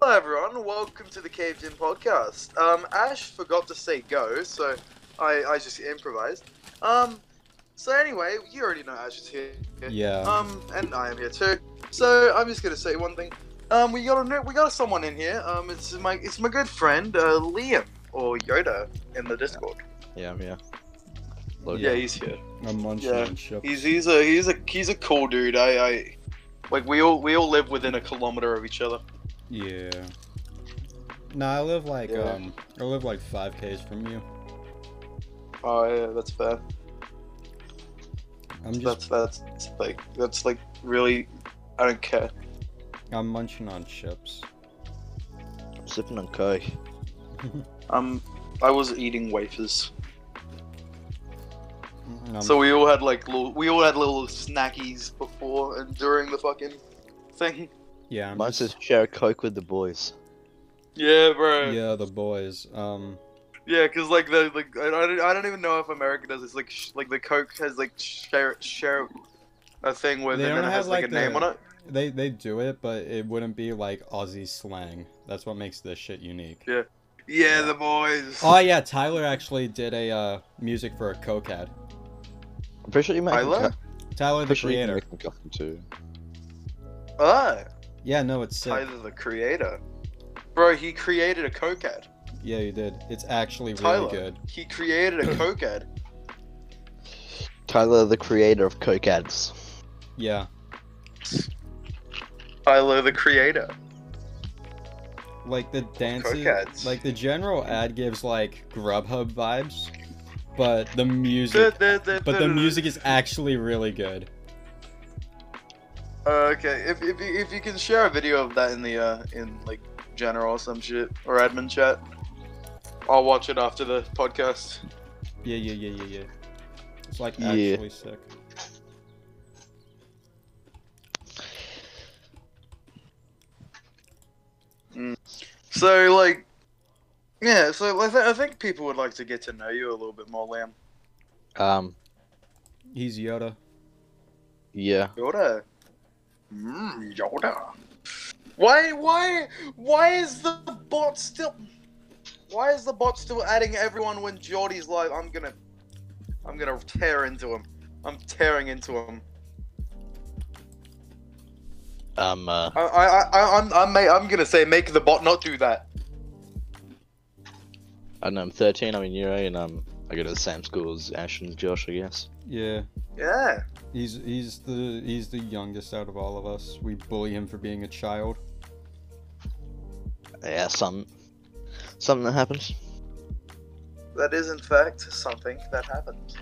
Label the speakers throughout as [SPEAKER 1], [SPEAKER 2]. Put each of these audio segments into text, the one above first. [SPEAKER 1] Hello, everyone. Welcome to the Caved In podcast. Um, Ash forgot to say go, so I, I just improvised. Um, so anyway, you already know Ash is here.
[SPEAKER 2] Yeah.
[SPEAKER 1] Um, and I am here too. So I'm just gonna say one thing. Um, we got a new- we got someone in here. Um, it's my it's my good friend uh, Liam or Yoda in the Discord.
[SPEAKER 2] yeah, I'm here. Oh,
[SPEAKER 1] Yeah, he's here.
[SPEAKER 2] I'm munching
[SPEAKER 1] yeah.
[SPEAKER 2] and shit.
[SPEAKER 1] He's he's a he's a he's a cool dude. I, I like we all we all live within a kilometer of each other.
[SPEAKER 2] Yeah. No, I live like
[SPEAKER 1] Yeah.
[SPEAKER 2] um, I live like five k's from you.
[SPEAKER 1] Oh yeah, that's fair.
[SPEAKER 2] I'm just,
[SPEAKER 1] That's that's, that's like that's like really. I don't care.
[SPEAKER 2] I'm munching on chips.
[SPEAKER 3] I'm sipping on Kai.
[SPEAKER 1] Um, I was eating wafers.
[SPEAKER 2] And I'm-
[SPEAKER 1] So we all had like little, we all had little snackies before and during the fucking thing.
[SPEAKER 2] yeah, I'm
[SPEAKER 3] Mine
[SPEAKER 2] just-
[SPEAKER 3] says share a Coke with the boys.
[SPEAKER 1] Yeah, bro. Yeah,
[SPEAKER 2] yeah, the boys. Um,
[SPEAKER 1] cause like the like I I don't, I don't even know if America does this. Like sh- like the Coke has like share share a thing with
[SPEAKER 2] They
[SPEAKER 1] it and
[SPEAKER 2] don't
[SPEAKER 1] then it
[SPEAKER 2] have,
[SPEAKER 1] has like,
[SPEAKER 2] like,
[SPEAKER 1] a name
[SPEAKER 2] the-
[SPEAKER 1] on it.
[SPEAKER 2] they they do it, but it wouldn't be like Aussie slang. That's what makes this shit unique.
[SPEAKER 1] Yeah, the boys.
[SPEAKER 2] Oh yeah, Tyler actually did a uh, music for a Coke ad.
[SPEAKER 3] I'm pretty sure you make
[SPEAKER 1] Tyler?
[SPEAKER 3] Ca-
[SPEAKER 2] Tyler the
[SPEAKER 3] pretty sure you can
[SPEAKER 2] creator.
[SPEAKER 3] make him Gotham too.
[SPEAKER 1] Ah,
[SPEAKER 2] Yeah, no, it's sick.
[SPEAKER 1] Tyler the creator. Bro, he created a Coke ad.
[SPEAKER 2] Yeah, you did. It's actually
[SPEAKER 1] Tyler.
[SPEAKER 2] really good.
[SPEAKER 1] He created a Coke ad.
[SPEAKER 3] Tyler, the creator of Coke ads.
[SPEAKER 2] Yeah.
[SPEAKER 1] Tyler the creator.
[SPEAKER 2] like the dances
[SPEAKER 1] ads.
[SPEAKER 2] like the general ad gives like grubhub vibes but the music but
[SPEAKER 1] But
[SPEAKER 2] the music is actually really good
[SPEAKER 1] Uh, okay, if, if you- if you can share a video of that in the uh in like general or some shit or admin chat, I'll watch it after the podcast.
[SPEAKER 2] yeah yeah yeah yeah yeah it's like
[SPEAKER 3] Yeah.
[SPEAKER 2] actually sick
[SPEAKER 1] So like, yeah, so I, th- I think people would like to get to know you a little bit more, Liam.
[SPEAKER 3] Um,
[SPEAKER 2] he's yoda
[SPEAKER 3] yeah.
[SPEAKER 1] Yoda. Mmm, Yoda. Why why why is the bot still? Why is the bot still adding everyone when Geordie's live? I'm gonna, I'm gonna tear into him. I'm tearing into him.
[SPEAKER 3] Um, uh,
[SPEAKER 1] I, I, I, I'm, I'm, ma- I'm gonna say make the bot not do that.
[SPEAKER 3] I know I'm 13, I'm in Euro, and um, I go to the same school as Ash and Josh, I guess.
[SPEAKER 2] yeah
[SPEAKER 1] Yeah.
[SPEAKER 2] he's he's the he's the youngest out of all of us we bully him for being a child
[SPEAKER 3] Yeah, some, something that happens.
[SPEAKER 1] That is, in fact, something that happens.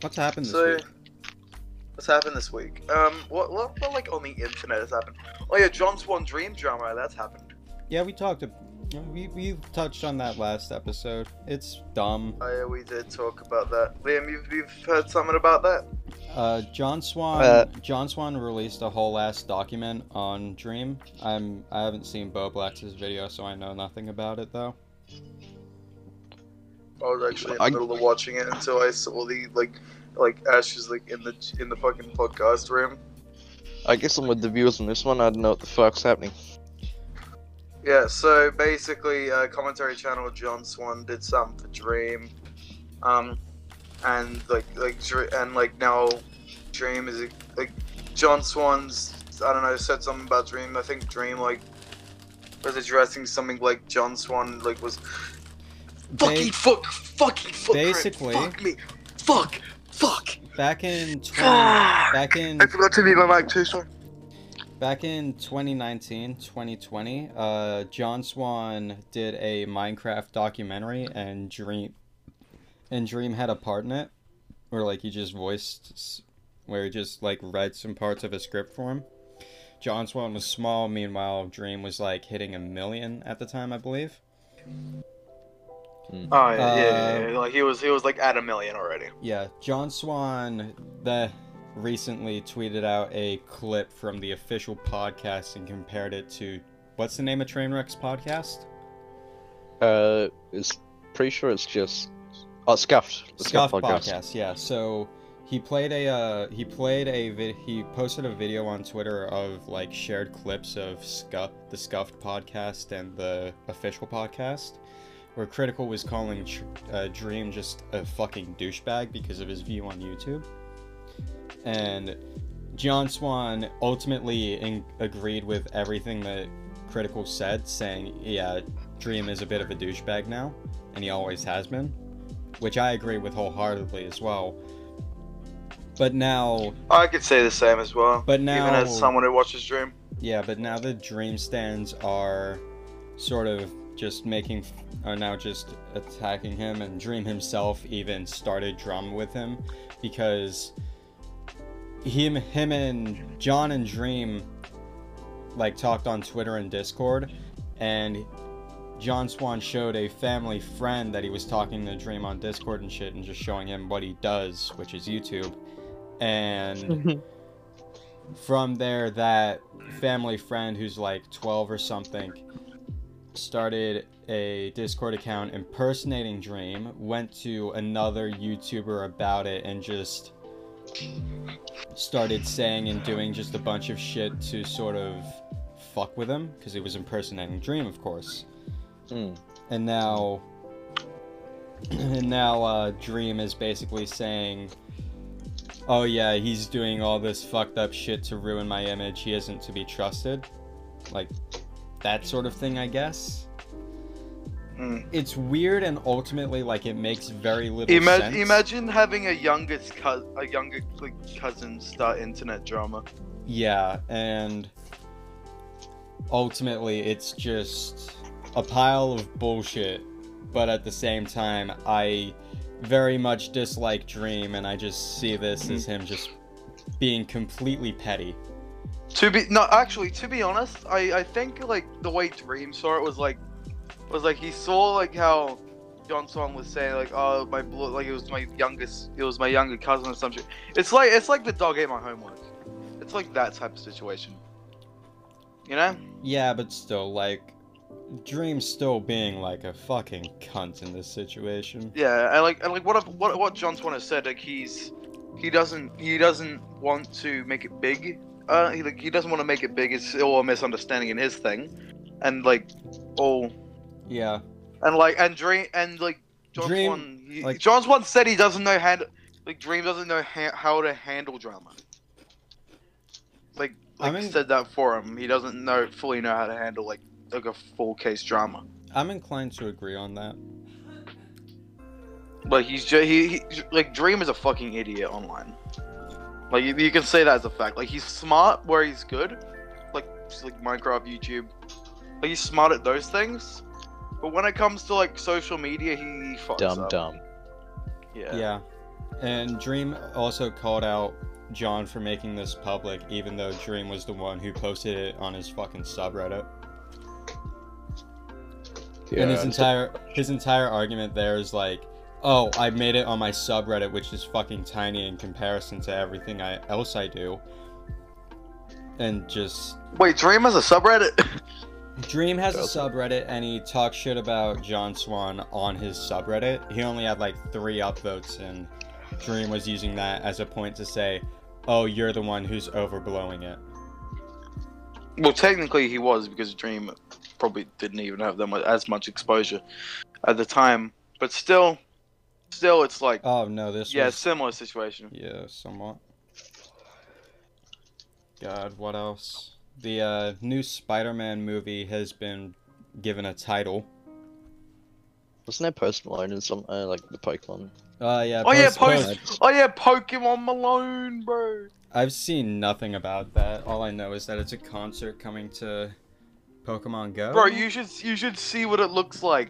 [SPEAKER 2] what's happened this
[SPEAKER 1] So,
[SPEAKER 2] week
[SPEAKER 1] what's happened this week? Um, what, what, what, like, on the internet has happened? Oh, yeah, John Swan Dream drama, that's happened.
[SPEAKER 2] yeah we talked ab- we, we touched on that last episode it's dumb
[SPEAKER 1] Oh, yeah, we did talk about that. Liam, you've, you've heard something about that?
[SPEAKER 2] Uh, John Swan.
[SPEAKER 3] Uh,
[SPEAKER 2] John Swan released a whole ass document on Dream. I'm I haven't seen Bo Blax's video, so I know nothing about it though.
[SPEAKER 1] I was actually in the
[SPEAKER 3] I-
[SPEAKER 1] middle of watching it until I saw the, like, like, Ash is, like, in the, in the fucking podcast room.
[SPEAKER 3] I guess I'm with the viewers on this one, I don't know what the fuck's happening.
[SPEAKER 1] Yeah, so basically, uh, commentary channel John Swan did some for Dream, um, and like like Dr- and like now, Dream is like John Swan's. I don't know, said something about Dream. I think Dream like was addressing something like John Swan like was fucking fuck fucking fuck Chris,
[SPEAKER 2] basically-
[SPEAKER 1] fuck me fuck fuck.
[SPEAKER 2] Back in 20,
[SPEAKER 1] Ah,
[SPEAKER 2] back in
[SPEAKER 1] I forgot to mute my mic too. Sorry.
[SPEAKER 2] back in 2019, 2020, uh, John Swan did a Minecraft documentary, and Dream and Dream had a part in it, where like he just voiced, s- where he just like read some parts of a script for him. John Swan was small, meanwhile Dream was like hitting a million at the time, I believe.
[SPEAKER 1] Oh
[SPEAKER 2] yeah, yeah, yeah,
[SPEAKER 1] Like he was he was like at a million already.
[SPEAKER 2] Yeah, John Swan the recently tweeted out a clip from the official podcast and compared it to what's the name of Trainwreck's podcast?
[SPEAKER 3] Uh, it's pretty sure it's just. Oh, Scuffed. The
[SPEAKER 2] Scuff podcast. Yeah, so He played a uh, he played a vid- he posted a video on Twitter of like shared clips of Scuff the Scuffed podcast and the official podcast, where Critical was calling Tr- uh, Dream just a fucking douchebag because of his view on YouTube, and John Swan ultimately in- agreed with everything that Critical said, saying, "Yeah, Dream is a bit of a douchebag now, and he always has been," which I agree with wholeheartedly as well. But now,
[SPEAKER 1] I could say the same as well.
[SPEAKER 2] but
[SPEAKER 1] even
[SPEAKER 2] now,
[SPEAKER 1] as someone who watches Dream.
[SPEAKER 2] yeah, but now the Dream stands are sort of just making are now just attacking him, and Dream himself even started drama with him because him him and John and Dream like talked on Twitter and Discord and John Swan showed a family friend that he was talking to Dream on Discord and shit and just showing him what he does, which is YouTube. And from there that family friend who's like 12 or something started a Discord account impersonating Dream, went to another YouTuber about it and just started saying and doing just a bunch of shit to sort of fuck with him because he was impersonating Dream, of course.
[SPEAKER 3] Mm.
[SPEAKER 2] And now, and now uh, Dream is basically saying, "Oh yeah, he's doing all this fucked up shit to ruin my image. He isn't to be trusted," like that sort of thing, I guess.
[SPEAKER 1] Mm.
[SPEAKER 2] It's weird and ultimately like it makes very little
[SPEAKER 1] Ima-
[SPEAKER 2] sense.
[SPEAKER 1] imagine having a youngest cousin, a younger like, cousin start internet drama.
[SPEAKER 2] Yeah, and ultimately it's just a pile of bullshit, but at the same time, I very much dislike Dream, and I just see this as him just being completely petty.
[SPEAKER 1] To be no, actually, to be honest, I I think like the way Dream saw it was like was like he saw like how John Swan was saying like oh my blo- like it was my youngest it was my younger cousin or something. It's like it's like the dog ate my homework. It's like that type of situation. You know?
[SPEAKER 2] Yeah, but still, like, Dream's still being like a fucking cunt in this situation.
[SPEAKER 1] Yeah, and like and like what I've- what what John Swan has said, like he's he doesn't he doesn't want to make it big. Uh, he like he doesn't want to make it big. It's all a misunderstanding in his thing, and like all
[SPEAKER 2] Yeah,
[SPEAKER 1] and like and dream and like John
[SPEAKER 2] Dream,
[SPEAKER 1] Swan. He,
[SPEAKER 2] like-
[SPEAKER 1] John Swan said he doesn't know how to, like Dream doesn't know ha- how to handle drama. Like
[SPEAKER 2] I
[SPEAKER 1] like
[SPEAKER 2] mean-
[SPEAKER 1] said that for him. He doesn't know fully know how to handle like like a full case drama.
[SPEAKER 2] I'm inclined to agree on that.
[SPEAKER 1] Like he's just he, he like Dream is a fucking idiot online. Like you, you can say that as a fact. Like he's smart where he's good, like just like Minecraft, YouTube. Like he's smart at those things, but when it comes to like social media, he fucks
[SPEAKER 3] Dumb,
[SPEAKER 1] up.
[SPEAKER 3] dumb.
[SPEAKER 1] Yeah.
[SPEAKER 2] Yeah. And Dream also called out John for making this public, even though Dream was the one who posted it on his fucking subreddit. and his entire his entire argument there is like, oh, I made it on my subreddit, which is fucking tiny in comparison to everything I else I do. And just
[SPEAKER 1] Wait, Dream has a subreddit.
[SPEAKER 2] Dream has a
[SPEAKER 3] Doesn't.
[SPEAKER 2] subreddit and he talks shit about John Swan on his subreddit. He only had like three upvotes, and Dream was using that as a point to say, oh, you're the one who's overblowing it.
[SPEAKER 1] well, technically he was because Dream probably didn't even have that much, as much exposure at the time. But still, still, it's like
[SPEAKER 2] Oh, no, this
[SPEAKER 1] yeah,
[SPEAKER 2] was.
[SPEAKER 1] similar situation.
[SPEAKER 2] Yeah, somewhat. God, what else? The uh, new Spider Man movie has been given a title.
[SPEAKER 3] Wasn't there Post Malone in some uh, like the Pokemon?
[SPEAKER 2] Uh, yeah,
[SPEAKER 1] Oh yeah,
[SPEAKER 2] postponed.
[SPEAKER 1] post. Oh yeah, Pokemon Malone, bro.
[SPEAKER 2] I've seen nothing about that. All I know is that it's a concert coming to Pokemon Go.
[SPEAKER 1] Bro, you should you should see what it looks like.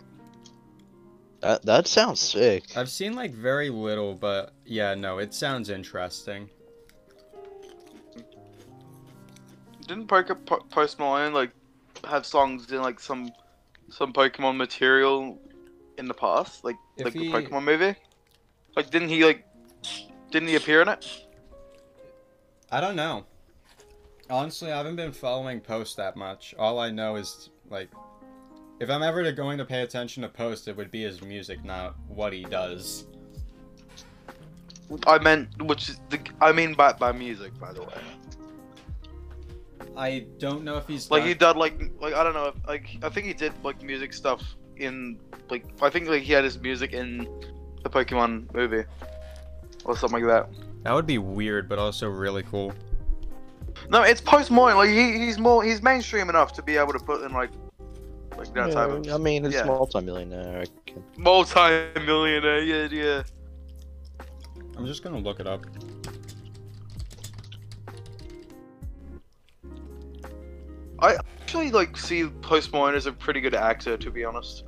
[SPEAKER 3] That that sounds sick.
[SPEAKER 2] I've seen like very little, but yeah, no, it sounds interesting.
[SPEAKER 1] Didn't Poke- po- Post Malone like have songs in like some some Pokemon material in the past, like
[SPEAKER 2] If
[SPEAKER 1] like
[SPEAKER 2] he-
[SPEAKER 1] the Pokemon movie? Like, didn't he like didn't he appear in it?
[SPEAKER 2] I don't know. Honestly, I haven't been following Post that much. All I know is like, if I'm ever to going to pay attention to Post, it would be his music, not what he does.
[SPEAKER 1] I meant, which is the I mean by by music, by the way.
[SPEAKER 2] I don't know if he's
[SPEAKER 1] Like
[SPEAKER 2] done-
[SPEAKER 1] he did like like I don't know like I think he did like music stuff in like I think like he had his music in the Pokemon movie or something like that.
[SPEAKER 2] That would be weird, but also really cool.
[SPEAKER 1] No, it's post modern. Like he, he's more he's mainstream enough to be able to put in like like that type of
[SPEAKER 3] I mean, it's
[SPEAKER 1] Yeah.
[SPEAKER 3] multi-millionaire. I reckon.
[SPEAKER 1] multi-millionaire. Yeah, yeah.
[SPEAKER 2] I'm just gonna look it up.
[SPEAKER 1] actually like see Post Malone as a pretty good actor, to be honest.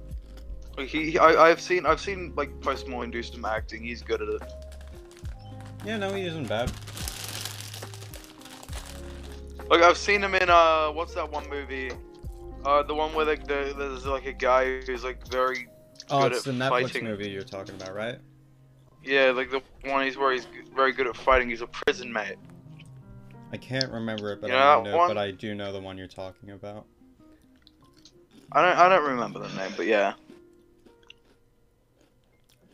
[SPEAKER 1] Like he, he- I, I've seen, I've seen like Post Malone do some acting. He's good at it.
[SPEAKER 2] Yeah, no, he isn't bad.
[SPEAKER 1] Like I've seen him in uh, what's that one movie? Uh, the one where like the, there's like a guy who's like very,
[SPEAKER 2] Oh,
[SPEAKER 1] Good
[SPEAKER 2] it's the
[SPEAKER 1] at
[SPEAKER 2] Netflix
[SPEAKER 1] fighting.
[SPEAKER 2] movie you're talking about, right?
[SPEAKER 1] yeah, like the one he's where he's very good at fighting. He's a prison mate.
[SPEAKER 2] I can't remember it, but
[SPEAKER 1] Yeah,
[SPEAKER 2] I know,
[SPEAKER 1] one-
[SPEAKER 2] but I do know the one you're talking about.
[SPEAKER 1] I don't, I don't remember the name, but yeah.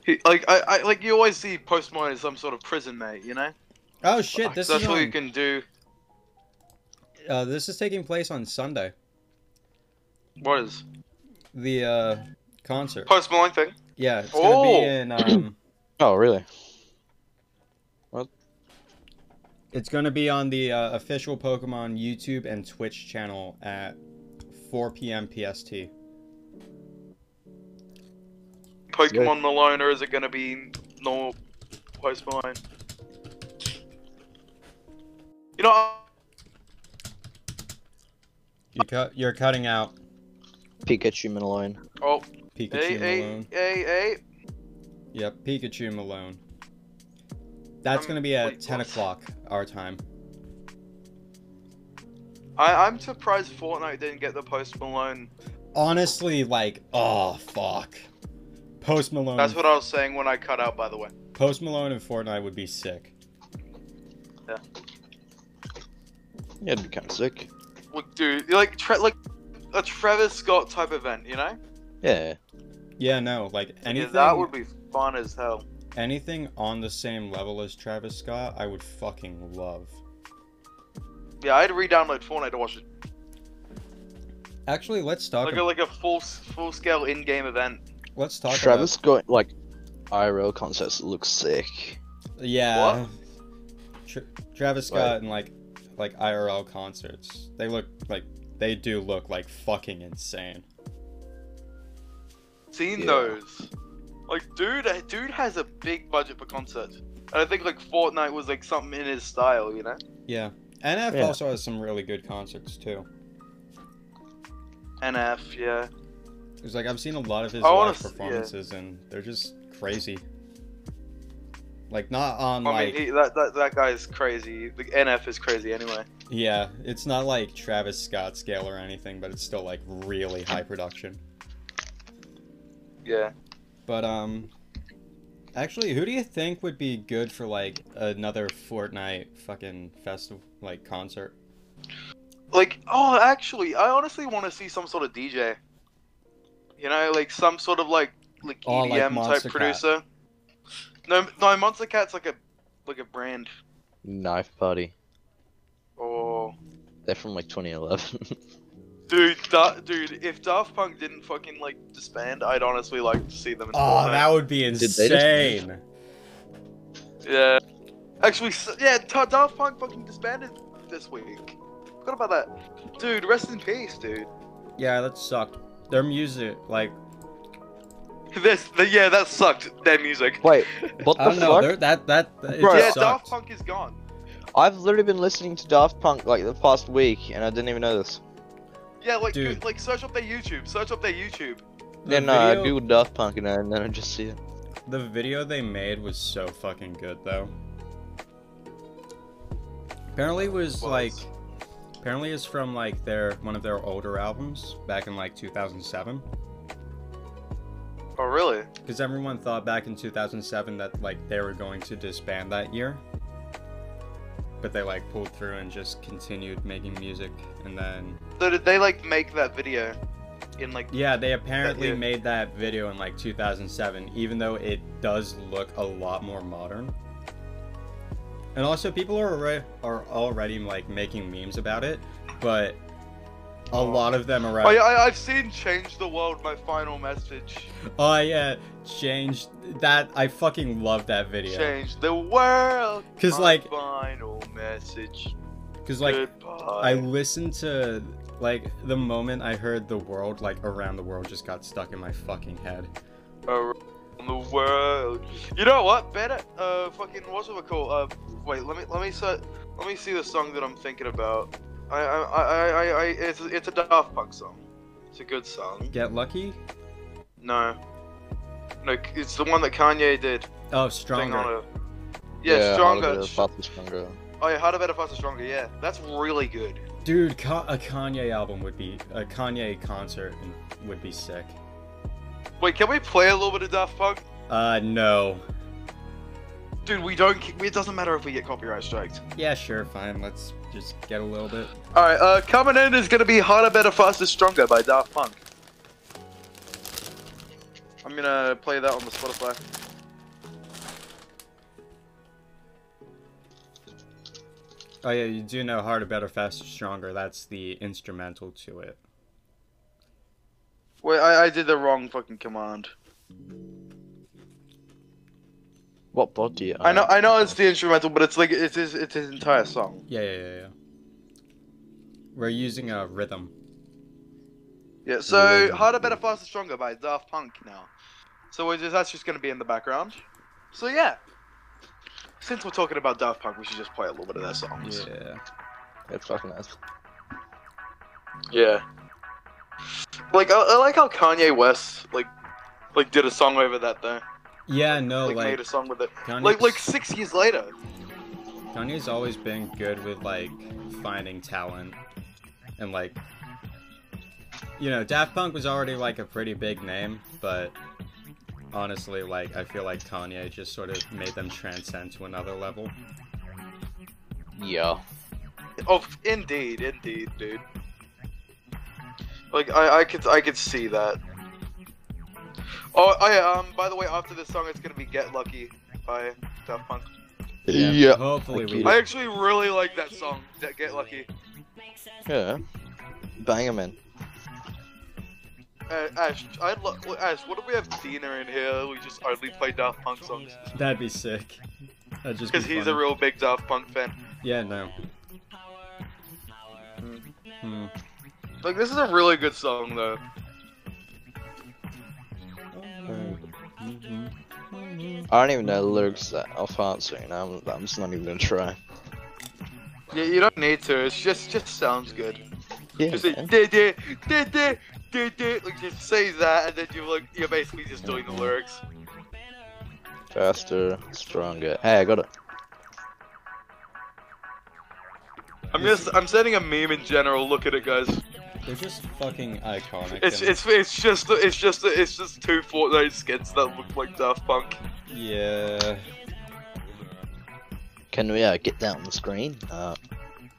[SPEAKER 1] He, like I, I, like you always see Post Malone as some sort of prison mate, you know?
[SPEAKER 2] Oh shit! This
[SPEAKER 1] That's
[SPEAKER 2] is
[SPEAKER 1] what
[SPEAKER 2] on,
[SPEAKER 1] you can do.
[SPEAKER 2] uh, this is taking place on Sunday.
[SPEAKER 1] What is
[SPEAKER 2] The uh, concert.
[SPEAKER 1] Post Malone thing?
[SPEAKER 2] Yeah, it's gonna
[SPEAKER 1] Oh!
[SPEAKER 2] be in. Um,
[SPEAKER 3] Oh, really?
[SPEAKER 2] it's gonna be on the uh, official Pokemon YouTube and Twitch channel at 4 p.m. PST.
[SPEAKER 1] Pokemon the Lone, or is it going to be normal Post Malone? You know,
[SPEAKER 2] You cut. You're cutting out
[SPEAKER 3] Pikachu Malone.
[SPEAKER 1] oh,
[SPEAKER 2] Pikachu
[SPEAKER 1] hey, hey,
[SPEAKER 2] Malone.
[SPEAKER 1] hey, hey.
[SPEAKER 2] Yep, Pikachu Malone. That's
[SPEAKER 1] Um,
[SPEAKER 2] gonna be at
[SPEAKER 1] wait,
[SPEAKER 2] 10
[SPEAKER 1] what?
[SPEAKER 2] o'clock our time.
[SPEAKER 1] I, I'm surprised Fortnite didn't get the Post Malone.
[SPEAKER 2] honestly like oh fuck post malone
[SPEAKER 1] That's what I was saying when I cut out, by the way.
[SPEAKER 2] post malone and fortnite would be sick
[SPEAKER 3] Yeah, it'd be kind of sick.
[SPEAKER 1] Look, dude, like, tre- like a Travis Scott type event, you know?
[SPEAKER 3] Yeah.
[SPEAKER 2] yeah no like
[SPEAKER 1] Yeah,
[SPEAKER 2] anything
[SPEAKER 1] that would be fun as hell.
[SPEAKER 2] anything on the same level as travis scott i would fucking love
[SPEAKER 1] Yeah, I had to re-download Fortnite to watch it.
[SPEAKER 2] actually let's talk
[SPEAKER 1] Like a, like a full full scale in game event.
[SPEAKER 2] let's talk
[SPEAKER 3] Travis going like IRL concerts looks sick.
[SPEAKER 2] about, yeah Tr travis scott and like like irl concerts they look like they do look like fucking insane
[SPEAKER 1] seen
[SPEAKER 3] Yeah.
[SPEAKER 1] those. Like, dude, uh, dude has a big budget for concerts, and I think like Fortnite was like something in his style, you know.
[SPEAKER 2] yeah nf
[SPEAKER 3] Yeah.
[SPEAKER 2] also has some really good concerts too
[SPEAKER 1] NF, yeah.
[SPEAKER 2] It's like I've seen a lot of his
[SPEAKER 1] I wanna
[SPEAKER 2] live
[SPEAKER 1] s- yeah.
[SPEAKER 2] performances, and they're just crazy. Like not on
[SPEAKER 1] I
[SPEAKER 2] like
[SPEAKER 1] mean, he, that, that that guy is crazy. The NF is crazy anyway.
[SPEAKER 2] yeah, it's not like Travis Scott scale or anything, but it's still like really high production.
[SPEAKER 1] Yeah.
[SPEAKER 2] But um, actually, who do you think would be good for like another Fortnite fucking festival like concert?
[SPEAKER 1] Like, oh, actually, I honestly want to see some sort of DJ. You know, like some sort of like like
[SPEAKER 2] Oh, like
[SPEAKER 1] EDM
[SPEAKER 2] Monster
[SPEAKER 1] type
[SPEAKER 2] Cat.
[SPEAKER 1] producer. No, no, Monster Cat's like a like a brand.
[SPEAKER 3] Knife Party.
[SPEAKER 1] Oh,
[SPEAKER 3] They're from like 2011.
[SPEAKER 1] dude, da- dude, if Daft Punk didn't fucking like disband, I'd honestly like to see them. in
[SPEAKER 2] Oh,
[SPEAKER 1] Fortnite.
[SPEAKER 2] that would be
[SPEAKER 3] they just-
[SPEAKER 2] insane.
[SPEAKER 1] Yeah. Actually, s- yeah, Ta- Daft Punk fucking disbanded this week. Forgot about that. Dude, rest in peace, dude.
[SPEAKER 2] Yeah, that sucked. Their music, like
[SPEAKER 1] This, the, yeah, that sucked, their music.
[SPEAKER 3] Wait, what
[SPEAKER 2] I
[SPEAKER 3] the
[SPEAKER 2] don't know,
[SPEAKER 3] fuck?
[SPEAKER 2] they're- that that that- it
[SPEAKER 3] Bro.
[SPEAKER 1] yeah,
[SPEAKER 2] just
[SPEAKER 1] Daft
[SPEAKER 2] sucked.
[SPEAKER 1] Punk is gone.
[SPEAKER 3] I've literally been listening to Daft Punk like the past week, and I didn't even know this.
[SPEAKER 1] Yeah, like,
[SPEAKER 2] Dude.
[SPEAKER 1] dude, like, search up their YouTube. Search up their YouTube.
[SPEAKER 2] The
[SPEAKER 3] then uh, I
[SPEAKER 2] video-
[SPEAKER 3] googled Daft Punk, and, uh, and then I just see it.
[SPEAKER 2] The video they made was so fucking good though. Apparently it was
[SPEAKER 1] Was.
[SPEAKER 2] like apparently it's from like their one of their older albums back in like 2007
[SPEAKER 1] Oh, really?
[SPEAKER 2] because everyone thought back in 2007 that like they were going to disband that year. But they like pulled through and just continued making music and then
[SPEAKER 1] So did they, like, make that video in, like,
[SPEAKER 2] yeah, they apparently
[SPEAKER 1] year.
[SPEAKER 2] made that video in like 2007 even though it does look a lot more modern. and also people are already, are already like making memes about it, but a lot of them are.
[SPEAKER 1] Oh, yeah, I, I've seen Change the World, my final message.
[SPEAKER 2] Oh yeah, change that. I fucking love that video.
[SPEAKER 1] Change the world. my
[SPEAKER 2] 'Cause, like-
[SPEAKER 1] Final message.
[SPEAKER 2] Cause like I
[SPEAKER 1] Goodbye.
[SPEAKER 2] listened to like the moment I heard the world like around the world just got stuck in my fucking head.
[SPEAKER 1] Around the world. You know what? Better, uh, fucking, what's it called? Uh, wait, let me, let me, se- let me see the song that I'm thinking about. I, I, I, I, I it's, it's a Daft Punk song. It's a good song.
[SPEAKER 2] Get lucky.
[SPEAKER 1] No. No, it's the one that Kanye did. Thing
[SPEAKER 2] Oh,
[SPEAKER 1] on
[SPEAKER 2] stronger.
[SPEAKER 1] a... Yeah,
[SPEAKER 3] harder,
[SPEAKER 1] stronger.
[SPEAKER 3] faster, stronger.
[SPEAKER 1] Oh yeah, harder, better, faster, stronger. Yeah, that's really good.
[SPEAKER 2] Dude, Ka- a Kanye album would be a Kanye concert would be sick.
[SPEAKER 1] Wait, can we play a little bit of Daft Punk?
[SPEAKER 2] Uh, no.
[SPEAKER 1] Dude, we don't. It doesn't matter if we get copyright striked.
[SPEAKER 2] Yeah, sure, fine. Let's just get a little bit.
[SPEAKER 1] All right, uh, coming in is gonna be harder, better, faster, stronger by Daft Punk. I'm gonna play that on the Spotify.
[SPEAKER 2] Oh yeah, you do know harder, better, faster, stronger. That's the instrumental to it.
[SPEAKER 1] Wait, I, I did the wrong fucking command.
[SPEAKER 3] What body?
[SPEAKER 1] I know, I know it's the instrumental, but it's like it's his, it's his entire song.
[SPEAKER 2] Yeah, yeah, yeah. yeah. We're using a rhythm.
[SPEAKER 1] Yeah. So harder, better, faster, stronger by Daft Punk now. So we're just, that's just gonna be in the background. So yeah. Since we're talking about Daft Punk, we should just play a little bit of their songs.
[SPEAKER 2] Yeah.
[SPEAKER 3] It's fucking nice.
[SPEAKER 1] Yeah. Like I, I like how Kanye West like like did a song over that though.
[SPEAKER 2] Yeah, no,
[SPEAKER 1] like,
[SPEAKER 2] Oh, like,
[SPEAKER 1] made a song with it.
[SPEAKER 2] Kanye's,
[SPEAKER 1] Like like six years later.
[SPEAKER 2] Kanye's always been good with like finding talent and like you know, Daft Punk was already like a pretty big name, but honestly, like I feel like Kanye just sort of made them transcend to another level.
[SPEAKER 3] Yeah.
[SPEAKER 1] Oh, indeed, indeed, dude. Like I, I could I could see that. Oh, I um. By the way, after this song, it's gonna be "Get Lucky" by Daft Punk.
[SPEAKER 3] Yeah.
[SPEAKER 2] Hopefully we
[SPEAKER 1] I actually really like that song, "Get- "Get Lucky."
[SPEAKER 3] Yeah. Banger man.
[SPEAKER 1] Uh, Ash, I lo- Ash, what if we have Dina in here? We just hardly play Daft Punk songs
[SPEAKER 2] that'd be sick. That'd just be
[SPEAKER 1] because he's a
[SPEAKER 2] funny.
[SPEAKER 1] real big Daft Punk fan.
[SPEAKER 2] Yeah, no. Hmm.
[SPEAKER 1] Like this is a really good song though.
[SPEAKER 3] I don't even know the lyrics that off heart soon. I'm, I'm just not even gonna try.
[SPEAKER 1] Yeah, you don't need to. It's just just sounds good.
[SPEAKER 3] Yeah.
[SPEAKER 1] Just say
[SPEAKER 3] man.
[SPEAKER 1] did it, did it, did it. Like just say that, and then you're like you're basically just doing the lyrics.
[SPEAKER 3] Faster, stronger. Hey, I got it.
[SPEAKER 1] I'm just I'm sending a meme in general. Look at it, guys.
[SPEAKER 2] They're just fucking iconic.
[SPEAKER 1] It's
[SPEAKER 2] and-
[SPEAKER 1] it's it's just it's just it's just two Fortnite skits that look like Daft Punk.
[SPEAKER 2] yeah.
[SPEAKER 3] Can we uh, get that on the screen? Uh,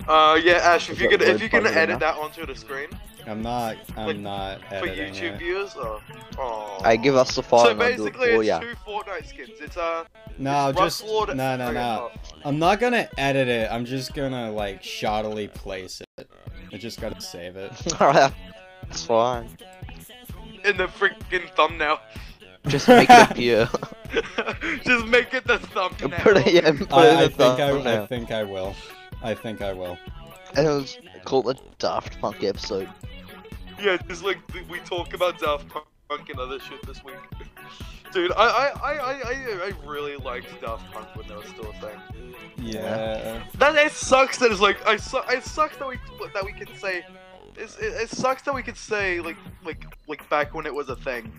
[SPEAKER 1] Uh, yeah, Ash, if
[SPEAKER 3] Is
[SPEAKER 1] you
[SPEAKER 3] that
[SPEAKER 1] could if you
[SPEAKER 3] word
[SPEAKER 1] can
[SPEAKER 3] bugger
[SPEAKER 1] edit
[SPEAKER 3] enough?
[SPEAKER 1] that onto the screen
[SPEAKER 2] I'm not. I'm
[SPEAKER 1] Like,
[SPEAKER 2] not
[SPEAKER 1] for
[SPEAKER 2] editing
[SPEAKER 1] YouTube
[SPEAKER 2] it.
[SPEAKER 1] viewers, or oh.
[SPEAKER 3] I give us the file
[SPEAKER 1] So
[SPEAKER 3] and I'll do it Oh,
[SPEAKER 1] basically,
[SPEAKER 3] for
[SPEAKER 1] it's
[SPEAKER 3] ya.
[SPEAKER 1] two Fortnite skins. It's uh,
[SPEAKER 2] No,
[SPEAKER 1] it's
[SPEAKER 2] just
[SPEAKER 1] Russ Lord.
[SPEAKER 2] no, no,
[SPEAKER 1] okay,
[SPEAKER 2] no.
[SPEAKER 1] oh.
[SPEAKER 2] I'm not gonna edit it. I'm just gonna like shoddily place it. I just gotta save it.
[SPEAKER 3] Alright, that's fine.
[SPEAKER 1] in the freaking thumbnail.
[SPEAKER 3] Just make it appear.
[SPEAKER 1] Just make it the thumbnail.
[SPEAKER 3] put it, yeah, put it in
[SPEAKER 2] I, I
[SPEAKER 3] the
[SPEAKER 2] think I, I
[SPEAKER 3] thumbnail.
[SPEAKER 2] think I will. I think I will.
[SPEAKER 3] And it was called the Daft Punk episode.
[SPEAKER 1] Yeah, just like th- we talk about Daft Punk and other shit this week. Dude, I I, I, I, I I really liked Daft Punk when they were still a thing.
[SPEAKER 2] Yeah.
[SPEAKER 1] That it sucks that it's like I su- it sucks that we that we can say it's, it, it sucks that we could say like like like back when it was a thing.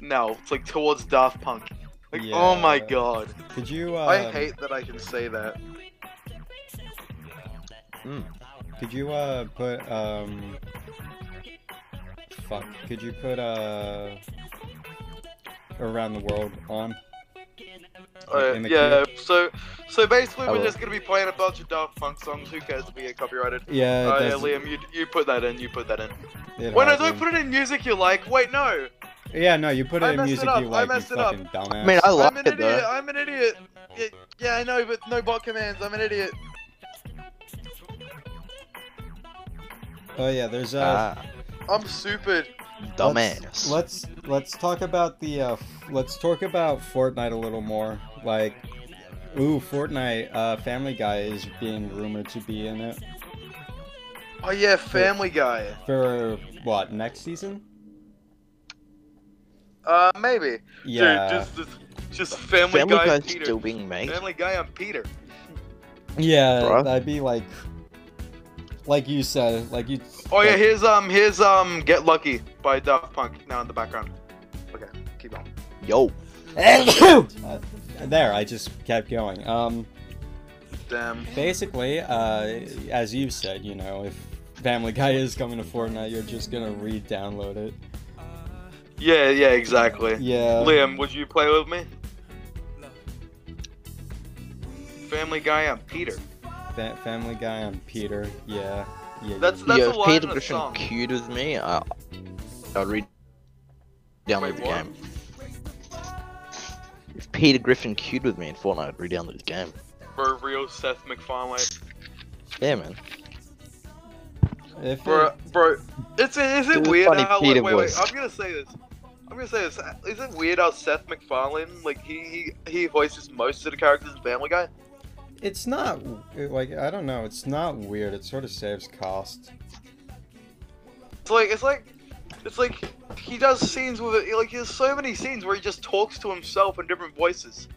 [SPEAKER 1] No, it's like towards Daft Punk. Like oh my
[SPEAKER 2] Yeah.
[SPEAKER 1] god.
[SPEAKER 2] Did you? Uh,
[SPEAKER 1] I hate that I can say that.
[SPEAKER 2] Could you uh put um? Fuck. Could you put uh? Around the world on.
[SPEAKER 1] Uh,
[SPEAKER 2] in the
[SPEAKER 1] yeah, so so basically
[SPEAKER 3] I
[SPEAKER 1] we're
[SPEAKER 3] will.
[SPEAKER 1] just gonna be playing a bunch of Daft Punk songs. Who cares if we get copyrighted?
[SPEAKER 2] Yeah.
[SPEAKER 1] Uh, yeah,
[SPEAKER 2] that's-
[SPEAKER 1] Liam, you, you put that in. You put that in.
[SPEAKER 2] it
[SPEAKER 1] Wait, no,
[SPEAKER 2] has
[SPEAKER 1] don't
[SPEAKER 2] been.
[SPEAKER 1] put it in music you like. Wait, no.
[SPEAKER 2] Yeah, no, you put
[SPEAKER 1] I
[SPEAKER 2] it in
[SPEAKER 1] messed it
[SPEAKER 2] music
[SPEAKER 1] up,
[SPEAKER 2] you
[SPEAKER 1] I
[SPEAKER 2] like, you
[SPEAKER 1] messed it up.
[SPEAKER 2] fucking dumbass.
[SPEAKER 3] I mean, I like
[SPEAKER 1] I'm an
[SPEAKER 3] it
[SPEAKER 1] idiot.
[SPEAKER 3] though.
[SPEAKER 1] I'm an idiot. Yeah, yeah, I know, but no bot commands. I'm an idiot.
[SPEAKER 2] oh yeah, there's uh,
[SPEAKER 3] Ah,
[SPEAKER 1] I'm stupid.
[SPEAKER 3] dumbass.
[SPEAKER 2] Let's let's talk about the uh, f- let's talk about Fortnite a little more. Like, ooh, Fortnite. Uh, Family Guy is being rumored to be in it
[SPEAKER 1] Oh yeah, Family Guy.
[SPEAKER 2] for what next season?
[SPEAKER 1] Uh, maybe.
[SPEAKER 2] Yeah,
[SPEAKER 1] Dude, just, just, just Family,
[SPEAKER 3] Family
[SPEAKER 1] Guy.
[SPEAKER 3] Guy's
[SPEAKER 1] Peter.
[SPEAKER 3] still being made.
[SPEAKER 1] Family Guy. I'm Peter.
[SPEAKER 2] yeah.
[SPEAKER 3] Bruh.
[SPEAKER 2] That'd be like, like you said, like you.
[SPEAKER 1] Oh yeah, here's um, here's um, Get Lucky by Daft Punk now in the background. Okay, keep going.
[SPEAKER 3] Yo,
[SPEAKER 2] Uh, there, I just kept going. Um,
[SPEAKER 1] Damn.
[SPEAKER 2] basically, uh, as you said, you know, if Family Guy is coming to Fortnite, you're just gonna re-download it.
[SPEAKER 1] Yeah, yeah, exactly.
[SPEAKER 2] Yeah.
[SPEAKER 1] Liam, would you play with me? Family Guy. I'm Peter.
[SPEAKER 2] Fa- Family Guy and Peter. Yeah. Yeah.
[SPEAKER 1] That's
[SPEAKER 2] yeah.
[SPEAKER 1] that's
[SPEAKER 3] yo,
[SPEAKER 1] a
[SPEAKER 3] if
[SPEAKER 1] line
[SPEAKER 3] Peter
[SPEAKER 1] in the
[SPEAKER 3] Griffin
[SPEAKER 1] song.
[SPEAKER 3] queued with me, I, I'll read download
[SPEAKER 1] Wait,
[SPEAKER 3] the
[SPEAKER 1] what?
[SPEAKER 3] game. If Peter Griffin queued with me in Fortnite, I'd re-download the game.
[SPEAKER 1] For real, Seth MacFarlane.
[SPEAKER 3] Yeah, man.
[SPEAKER 2] If it-
[SPEAKER 1] Bro, bro, it's is
[SPEAKER 3] This
[SPEAKER 1] it
[SPEAKER 3] is
[SPEAKER 1] weird
[SPEAKER 3] funny
[SPEAKER 1] how
[SPEAKER 3] Peter
[SPEAKER 1] wait, wait, wait,
[SPEAKER 3] voice.
[SPEAKER 1] I'm gonna say this. I'm gonna say this. Is it weird how Seth MacFarlane like he he, he voices most of the characters in Family Guy?
[SPEAKER 2] it's not it- like I don't know. It's not weird. It sort of saves cost.
[SPEAKER 1] It's like it's like it's like he does scenes with it. Like there's so many scenes where he just talks to himself in different voices.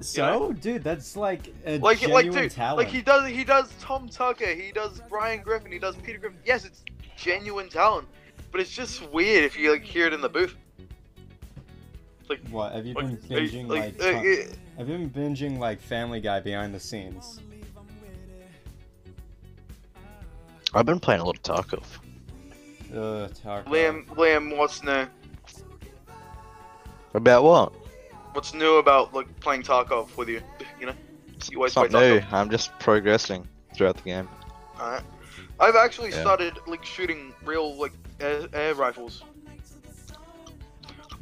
[SPEAKER 1] So?
[SPEAKER 2] dude, that's like a
[SPEAKER 1] Like like dude, like he does he does Tom Tucker, he does Brian Griffin, he does Peter Griffin. Yes, it's genuine talent, but it's just weird if you like hear it in the booth.
[SPEAKER 2] What have you
[SPEAKER 1] Like,
[SPEAKER 2] been binging like?
[SPEAKER 1] like,
[SPEAKER 2] ton-
[SPEAKER 1] uh,
[SPEAKER 2] I've been binging like Family Guy behind the scenes.
[SPEAKER 3] I've been playing a lot of Tarkov.
[SPEAKER 2] Ugh, Tarkov.
[SPEAKER 1] uh, Liam, Liam, what's new?
[SPEAKER 3] About what?
[SPEAKER 1] What's new about like playing Tarkov with you? You know, you always
[SPEAKER 3] It's not
[SPEAKER 1] play
[SPEAKER 3] new.
[SPEAKER 1] Tarkov.
[SPEAKER 3] I'm just progressing throughout the game.
[SPEAKER 1] Alright. I've actually
[SPEAKER 3] Yeah.
[SPEAKER 1] started like shooting real like air, air rifles.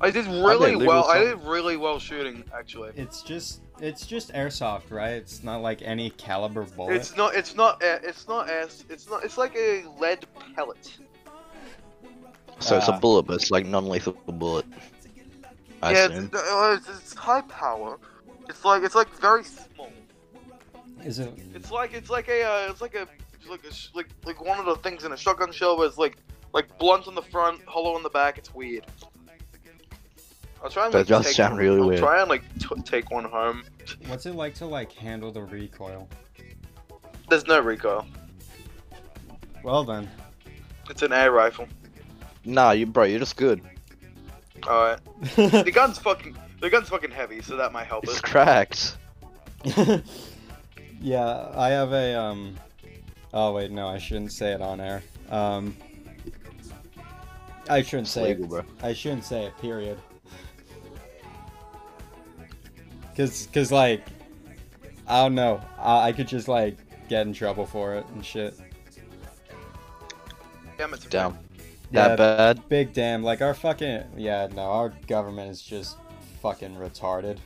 [SPEAKER 1] I did really
[SPEAKER 3] legal
[SPEAKER 1] well. I
[SPEAKER 3] some-
[SPEAKER 1] did really well shooting actually.
[SPEAKER 2] It's just it's just airsoft, right? It's not like any caliber bullet.
[SPEAKER 1] It's not. It's not. Air, it's not ass. It's not. It's like a lead pellet.
[SPEAKER 3] So it's a
[SPEAKER 2] Ah.
[SPEAKER 3] bullet, but it's like non-lethal bullet. I
[SPEAKER 1] yeah,
[SPEAKER 3] assume.
[SPEAKER 1] it's, uh, it's, it's high power. It's like it's like very small.
[SPEAKER 2] Is it?
[SPEAKER 1] It's like it's like a uh, it's like a it's like a, sh- like like one of the things in a shotgun shell where it's like like blunt on the front, hollow on the back. It's weird. I'll try and
[SPEAKER 3] That
[SPEAKER 1] like,
[SPEAKER 3] does
[SPEAKER 1] take
[SPEAKER 3] sound
[SPEAKER 1] one-
[SPEAKER 3] really
[SPEAKER 1] I'll
[SPEAKER 3] weird.
[SPEAKER 1] Try and like t- take one home.
[SPEAKER 2] What's it like to like handle the recoil?
[SPEAKER 1] There's no recoil.
[SPEAKER 2] Well then,
[SPEAKER 1] It's an air rifle.
[SPEAKER 3] Nah, you bro, you're just good.
[SPEAKER 1] All right. The gun's fucking the gun's fucking heavy, so that might help
[SPEAKER 3] It's
[SPEAKER 1] it.
[SPEAKER 3] cracked.
[SPEAKER 2] yeah, I have a um. Oh wait, no, I shouldn't say it on air. Um, I shouldn't
[SPEAKER 3] It's
[SPEAKER 2] say
[SPEAKER 3] legal,
[SPEAKER 2] it.
[SPEAKER 3] bro.
[SPEAKER 2] I shouldn't say it. Period. Cause, cause like, I don't know. I, I could just like get in trouble for it and shit.
[SPEAKER 1] Damn, it's
[SPEAKER 3] Damn.
[SPEAKER 2] Yeah.
[SPEAKER 3] That bad.
[SPEAKER 2] Big damn, like our fucking yeah, no, our government is just fucking retarded.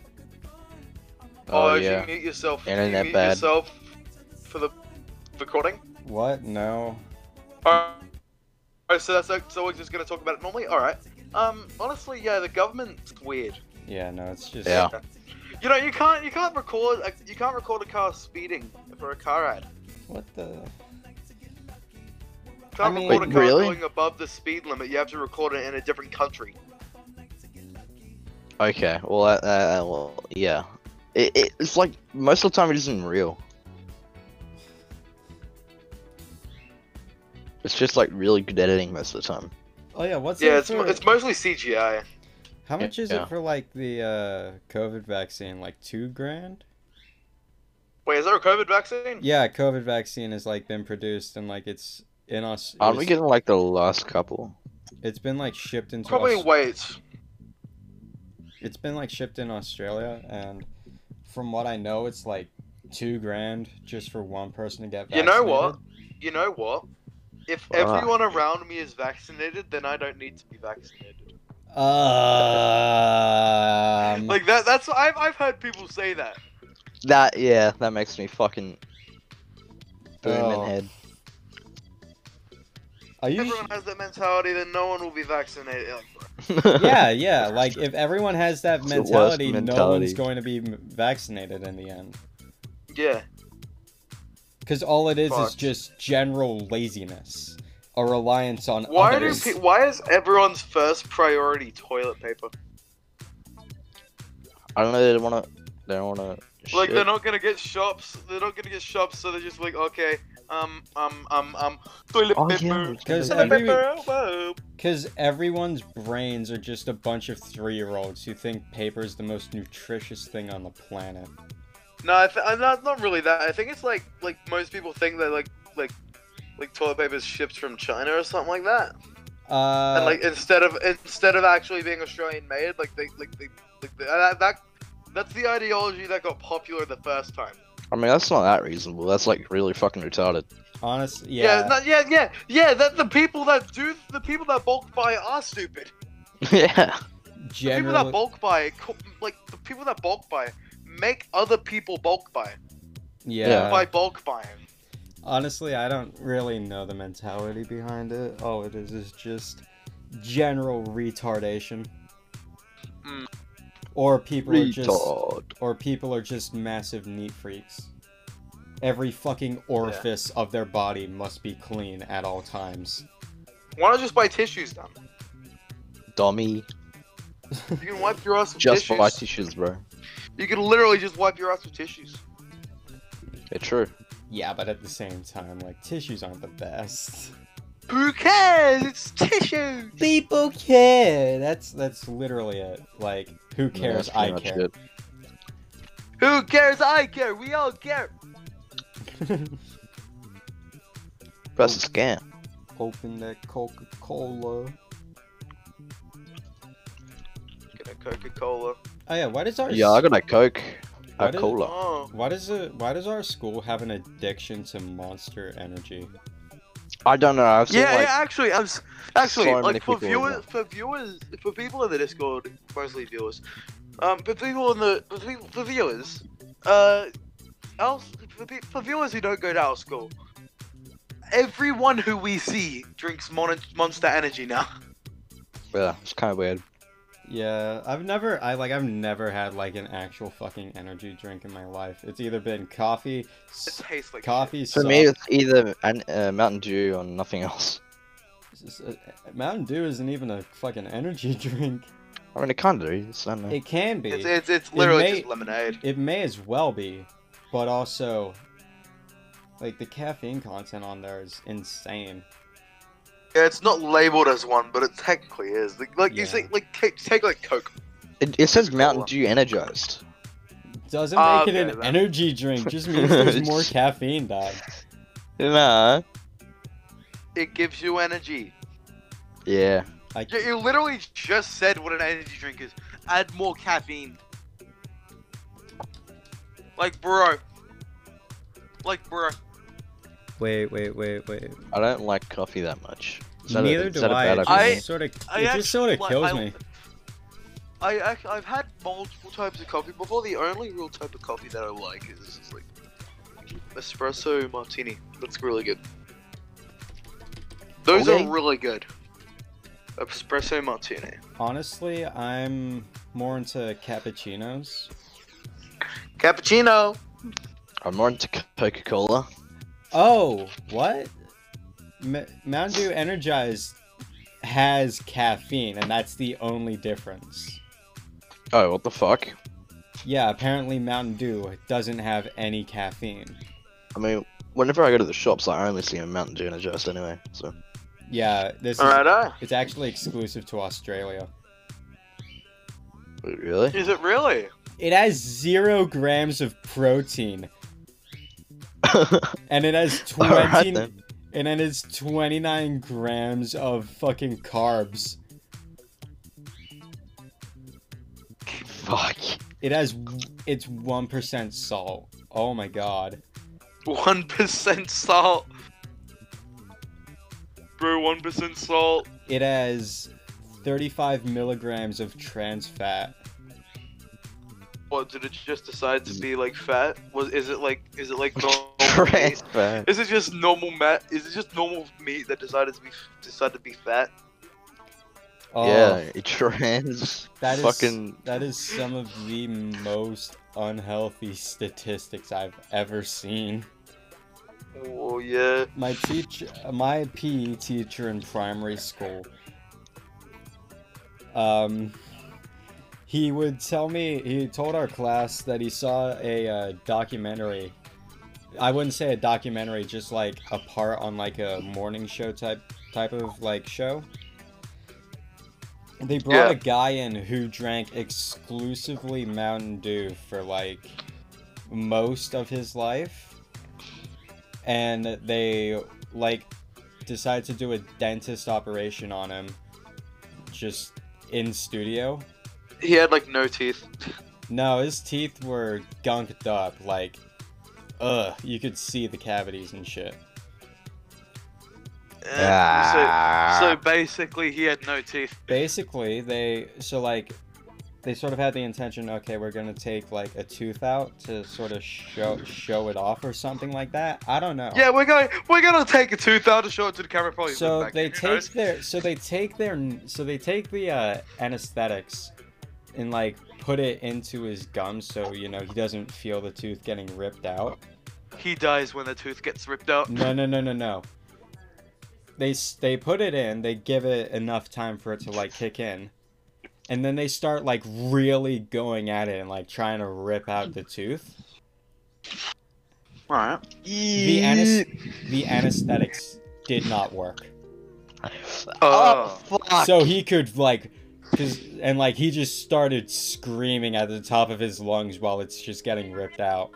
[SPEAKER 3] Oh,
[SPEAKER 1] if
[SPEAKER 3] yeah.
[SPEAKER 1] you mute yourself, if you
[SPEAKER 3] Internet
[SPEAKER 1] mute
[SPEAKER 3] bad.
[SPEAKER 1] yourself for the recording.
[SPEAKER 2] What? No.
[SPEAKER 1] Alright, Alright, so that's so we're just gonna talk about it normally. All right. Um, honestly, yeah, the government's weird.
[SPEAKER 2] Yeah, no, it's just
[SPEAKER 3] Yeah.
[SPEAKER 1] You know, you can't you can't record a, you can't record a car speeding for a car ad.
[SPEAKER 2] What the
[SPEAKER 1] You can't
[SPEAKER 2] I mean-
[SPEAKER 1] record a
[SPEAKER 3] Wait,
[SPEAKER 1] car
[SPEAKER 3] really?
[SPEAKER 1] going above the speed limit. You have to record it in a different country.
[SPEAKER 3] Okay. Well, uh, uh, well, yeah. It, it, it's like most of the time it isn't real. It's just like really good editing most of the time.
[SPEAKER 2] Oh yeah, what's
[SPEAKER 1] yeah,
[SPEAKER 2] it
[SPEAKER 1] it's,
[SPEAKER 2] for-
[SPEAKER 1] it's mostly CGI.
[SPEAKER 2] How much is
[SPEAKER 3] Yeah.
[SPEAKER 2] it for like the uh COVID vaccine? Like 2 grand?
[SPEAKER 1] Wait, is there a COVID vaccine?
[SPEAKER 2] Yeah, COVID vaccine has like been produced and like it's in us it
[SPEAKER 3] Aren't Uh, we
[SPEAKER 2] was-
[SPEAKER 3] getting like the last couple?
[SPEAKER 2] it's been like shipped into
[SPEAKER 1] Probably
[SPEAKER 2] Aus-
[SPEAKER 1] wait.
[SPEAKER 2] it's been like shipped in Australia and from what I know it's like 2 grand just for one person to get
[SPEAKER 1] You
[SPEAKER 2] vaccinated.
[SPEAKER 1] know what? You know what? If
[SPEAKER 3] Fuck.
[SPEAKER 1] everyone around me is vaccinated, then I don't need to be vaccinated.
[SPEAKER 2] Um,
[SPEAKER 1] Like that. That's I've I've heard people say that.
[SPEAKER 3] That yeah, that makes me fucking boom
[SPEAKER 2] Oh.
[SPEAKER 3] in head.
[SPEAKER 2] are you?
[SPEAKER 1] Everyone has that mentality that no one will be vaccinated. Like,
[SPEAKER 2] yeah, yeah. Like if everyone has that
[SPEAKER 3] It's the worst
[SPEAKER 2] mentality, no one's
[SPEAKER 3] mentality.
[SPEAKER 2] going to be m- vaccinated in the end.
[SPEAKER 1] yeah.
[SPEAKER 2] Because all it is is
[SPEAKER 1] Fuck.
[SPEAKER 2] just general laziness, a reliance on
[SPEAKER 1] Why do
[SPEAKER 2] others.
[SPEAKER 1] pe- Why is everyone's first priority toilet paper?
[SPEAKER 3] I don't know. They don't want to. They don't want to.
[SPEAKER 1] Like they're not gonna get shops. They're not gonna get shops. So they're just like, okay, um, um, um, um, toilet
[SPEAKER 3] Oh, yeah.
[SPEAKER 1] paper.
[SPEAKER 2] Because
[SPEAKER 1] Toilet
[SPEAKER 2] every-
[SPEAKER 1] paper. oh, oh.
[SPEAKER 2] Because everyone's brains are just a bunch of three-year-olds who think paper is the most nutritious thing on the planet.
[SPEAKER 1] No, I th- I'm not, not really that. I think it's like like most people think that like like like toilet paper is shipped from China or something like that.
[SPEAKER 2] Uh,
[SPEAKER 1] and like instead of instead of actually being Australian made, like they like they like they, uh, that, that that's the ideology that got popular the first time.
[SPEAKER 3] I mean, that's not that reasonable. That's like really fucking retarded.
[SPEAKER 2] honestly,
[SPEAKER 1] Yeah,
[SPEAKER 2] yeah.
[SPEAKER 1] yeah, yeah, yeah, yeah. That the people that do the people that bulk buy are stupid.
[SPEAKER 3] yeah.
[SPEAKER 1] The people
[SPEAKER 2] generally,
[SPEAKER 1] that bulk buy, co- like the people that bulk buy, make other people bulk buy
[SPEAKER 2] yeah.
[SPEAKER 1] by bulk buying.
[SPEAKER 2] Honestly, I don't really know the mentality behind it. All it is is just general retardation.
[SPEAKER 1] Mm.
[SPEAKER 2] Or people are just
[SPEAKER 3] Retard.
[SPEAKER 2] or people are just massive neat freaks. Every fucking orifice of their body must be clean at all times.
[SPEAKER 1] Why not just buy tissues then?
[SPEAKER 3] Dummy.
[SPEAKER 1] You can wipe your ass with
[SPEAKER 3] Just
[SPEAKER 1] tissues.
[SPEAKER 3] buy tissues, bro.
[SPEAKER 1] you can literally just wipe your ass with tissues.
[SPEAKER 3] Yeah, true.
[SPEAKER 2] Yeah, but at the same time, like tissues aren't the best.
[SPEAKER 1] Who cares? It's tissue.
[SPEAKER 2] People care. That's that's literally it. Like, who
[SPEAKER 3] Yeah,
[SPEAKER 2] cares?
[SPEAKER 3] that's pretty
[SPEAKER 2] I
[SPEAKER 3] much
[SPEAKER 2] care.
[SPEAKER 3] it.
[SPEAKER 1] Who cares? I care. We all care.
[SPEAKER 3] That's a scam.
[SPEAKER 2] Open that Coca Cola.
[SPEAKER 1] Get a Coca Cola.
[SPEAKER 2] Oh yeah, why does our
[SPEAKER 3] Yeah, I got a Coke.
[SPEAKER 2] Why
[SPEAKER 3] A
[SPEAKER 2] did-
[SPEAKER 3] cola.
[SPEAKER 1] Oh,
[SPEAKER 2] why does it why does our school have an addiction to Monster Energy?
[SPEAKER 3] I don't know. I've seen
[SPEAKER 1] yeah,
[SPEAKER 3] like.
[SPEAKER 1] yeah. Actually, I was actually
[SPEAKER 3] so many
[SPEAKER 1] like for
[SPEAKER 3] people
[SPEAKER 1] viewers,
[SPEAKER 3] in
[SPEAKER 1] for viewers, for people in the Discord, mostly viewers. Um, for people in the for, people, for viewers, uh, our, for, pe- for viewers who don't go to our school, everyone who we see drinks mon- Monster Energy now.
[SPEAKER 3] yeah, it's kind of weird.
[SPEAKER 2] Yeah, I've never I like I've never had like an actual fucking energy drink in my life. It's either been coffee,
[SPEAKER 1] It
[SPEAKER 2] s-
[SPEAKER 1] tastes like
[SPEAKER 2] coffee,
[SPEAKER 3] For me, it's either an, uh, Mountain Dew or nothing else.
[SPEAKER 2] s- s- Mountain Dew isn't even a fucking energy drink.
[SPEAKER 3] I mean, it kind of is. I don't know.
[SPEAKER 2] It can be.
[SPEAKER 1] Shit. It's, it's it's literally
[SPEAKER 2] may-
[SPEAKER 1] just lemonade.
[SPEAKER 2] It may as well be, but also like the caffeine content on there is insane.
[SPEAKER 1] Yeah, it's not labeled as one, but it technically is. Like, like you
[SPEAKER 2] Yeah.
[SPEAKER 1] see, like take, take like Coke.
[SPEAKER 3] It, it says Mountain
[SPEAKER 1] Cola.
[SPEAKER 3] Dew energized.
[SPEAKER 2] Doesn't
[SPEAKER 1] Ah,
[SPEAKER 2] make it
[SPEAKER 1] okay,
[SPEAKER 2] an
[SPEAKER 1] that-
[SPEAKER 2] energy drink, just means there's more caffeine, dog.
[SPEAKER 3] Nah.
[SPEAKER 1] It gives you energy.
[SPEAKER 3] Yeah.
[SPEAKER 2] Like
[SPEAKER 1] You, you literally just said what an energy drink is. Add more caffeine. Like, bro. Like, bro.
[SPEAKER 2] Wait, wait, wait, wait.
[SPEAKER 3] I don't like coffee that much. Is that a-
[SPEAKER 2] Neither
[SPEAKER 3] is
[SPEAKER 2] do
[SPEAKER 3] that a
[SPEAKER 2] I.
[SPEAKER 3] bad
[SPEAKER 2] It
[SPEAKER 3] opinion?
[SPEAKER 1] I-
[SPEAKER 2] just sort of,
[SPEAKER 1] I
[SPEAKER 2] it just sort of
[SPEAKER 1] actually-
[SPEAKER 2] kills
[SPEAKER 1] I-
[SPEAKER 2] me.
[SPEAKER 1] I, I, I've had multiple types of coffee before. The only real type of coffee that I like is, like espresso martini. That's really good. Those
[SPEAKER 3] Okay.
[SPEAKER 1] are really good. Espresso martini.
[SPEAKER 2] Honestly, I'm more into cappuccinos.
[SPEAKER 1] Cappuccino.
[SPEAKER 3] I'm more into Coca Cola.
[SPEAKER 2] Oh, what? M- Mountain Dew Energized has caffeine, and that's the only difference.
[SPEAKER 3] Oh, what the fuck?
[SPEAKER 2] Yeah, apparently Mountain Dew doesn't have any caffeine.
[SPEAKER 3] I mean, whenever I go to the shops, I only see a Mountain Dew energized anyway. So
[SPEAKER 2] Yeah, this is,
[SPEAKER 1] Alright, uh.
[SPEAKER 2] it's actually exclusive to Australia.
[SPEAKER 3] Wait, really?
[SPEAKER 1] Is it really?
[SPEAKER 2] It has zero grams of protein, and it has
[SPEAKER 3] All
[SPEAKER 2] 20,
[SPEAKER 3] right then.
[SPEAKER 2] and it has 29 grams of fucking carbs.
[SPEAKER 3] Fuck.
[SPEAKER 2] It has w- it's one percent salt. Oh my god.
[SPEAKER 1] 1% salt. Bro, 1% salt.
[SPEAKER 2] It has 35 milligrams of trans fat.
[SPEAKER 1] What did it just decide to be like fat? Was is it like is it like normal? meat?
[SPEAKER 3] Trans fat.
[SPEAKER 1] Is it just normal meat? Is it just normal meat that decided to be decided to be fat?
[SPEAKER 2] Oh,
[SPEAKER 3] yeah, it trans.
[SPEAKER 2] That is-
[SPEAKER 3] fucking.
[SPEAKER 2] That is some of the most unhealthy statistics I've ever seen.
[SPEAKER 1] Oh yeah.
[SPEAKER 2] My teacher, my PE teacher in primary school, um, he would tell me. He told our class that he saw a uh, documentary. I wouldn't say a documentary, just like a part on like a morning show type type of like show. They brought
[SPEAKER 1] Yeah.
[SPEAKER 2] a guy in who drank exclusively Mountain Dew for like most of his life and they like decide to do a dentist operation on him just in studio
[SPEAKER 1] He had like no teeth.
[SPEAKER 2] no his teeth were gunked up like ugh you could see the cavities and shit
[SPEAKER 1] Yeah. Eh, So, so
[SPEAKER 3] Ah.
[SPEAKER 1] basically, he had no teeth.
[SPEAKER 2] basically they so like they sort of had the intention okay we're gonna take like a tooth out to sort of show show it off or something like that i don't know
[SPEAKER 1] Yeah, we're going. We're gonna take a tooth out and show it to the camera. Probably look
[SPEAKER 2] so
[SPEAKER 1] back,
[SPEAKER 2] they
[SPEAKER 1] who
[SPEAKER 2] take
[SPEAKER 1] knows?
[SPEAKER 2] their so they take their so they take the uh, anesthetics and like put it into his gum so you know he doesn't feel the tooth getting ripped out
[SPEAKER 1] He dies when the tooth gets ripped out.
[SPEAKER 2] no no no no no they s- they put it in they give it enough time for it to like kick in and then they start like really going at it and like trying to rip out the tooth
[SPEAKER 1] All right.
[SPEAKER 2] the, anes- the anesthetics did not work
[SPEAKER 3] Oh, fuck.
[SPEAKER 2] so he could like cause, and like he just started screaming at the top of his lungs while it's just getting ripped out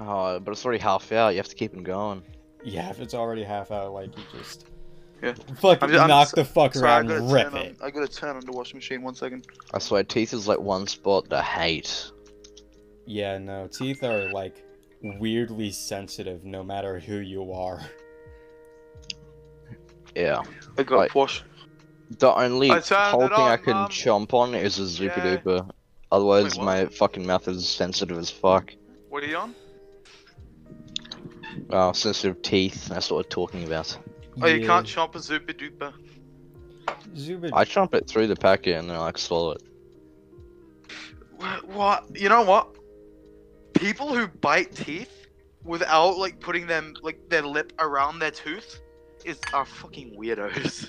[SPEAKER 3] Oh, but it's already half out. You have to keep him going.
[SPEAKER 2] yeah if it's already half out like you just
[SPEAKER 1] Yeah.
[SPEAKER 2] fuck
[SPEAKER 1] I'm ju- I'm
[SPEAKER 2] knock
[SPEAKER 1] s-
[SPEAKER 2] the fucker
[SPEAKER 1] Sorry, I
[SPEAKER 2] out
[SPEAKER 1] gotta
[SPEAKER 2] and rip
[SPEAKER 1] turn
[SPEAKER 2] it
[SPEAKER 1] on. I gotta turn on the washing machine. One second.
[SPEAKER 3] I swear, teeth is like one spot that I hate.
[SPEAKER 2] yeah no teeth are like weirdly sensitive no matter who you are
[SPEAKER 3] Yeah.
[SPEAKER 1] I got
[SPEAKER 3] Right.
[SPEAKER 1] wash.
[SPEAKER 3] The only
[SPEAKER 1] I turned
[SPEAKER 3] whole
[SPEAKER 1] it
[SPEAKER 3] thing
[SPEAKER 1] on,
[SPEAKER 3] I can
[SPEAKER 1] Mum.
[SPEAKER 3] chomp on is a Zupa
[SPEAKER 1] Yeah.
[SPEAKER 3] Duper. Otherwise,
[SPEAKER 1] Wait, what?
[SPEAKER 3] my fucking mouth is sensitive as fuck.
[SPEAKER 1] What are you on?
[SPEAKER 3] Oh, sensitive teeth. That's what we're talking about.
[SPEAKER 1] Oh, you can't chomp a super duper.
[SPEAKER 2] Zubid,
[SPEAKER 3] I chomp it through the packet and then I like, swallow it.
[SPEAKER 1] Wh- What? You know what? People who bite teeth without like putting them like their lip around their tooth is are fucking weirdos.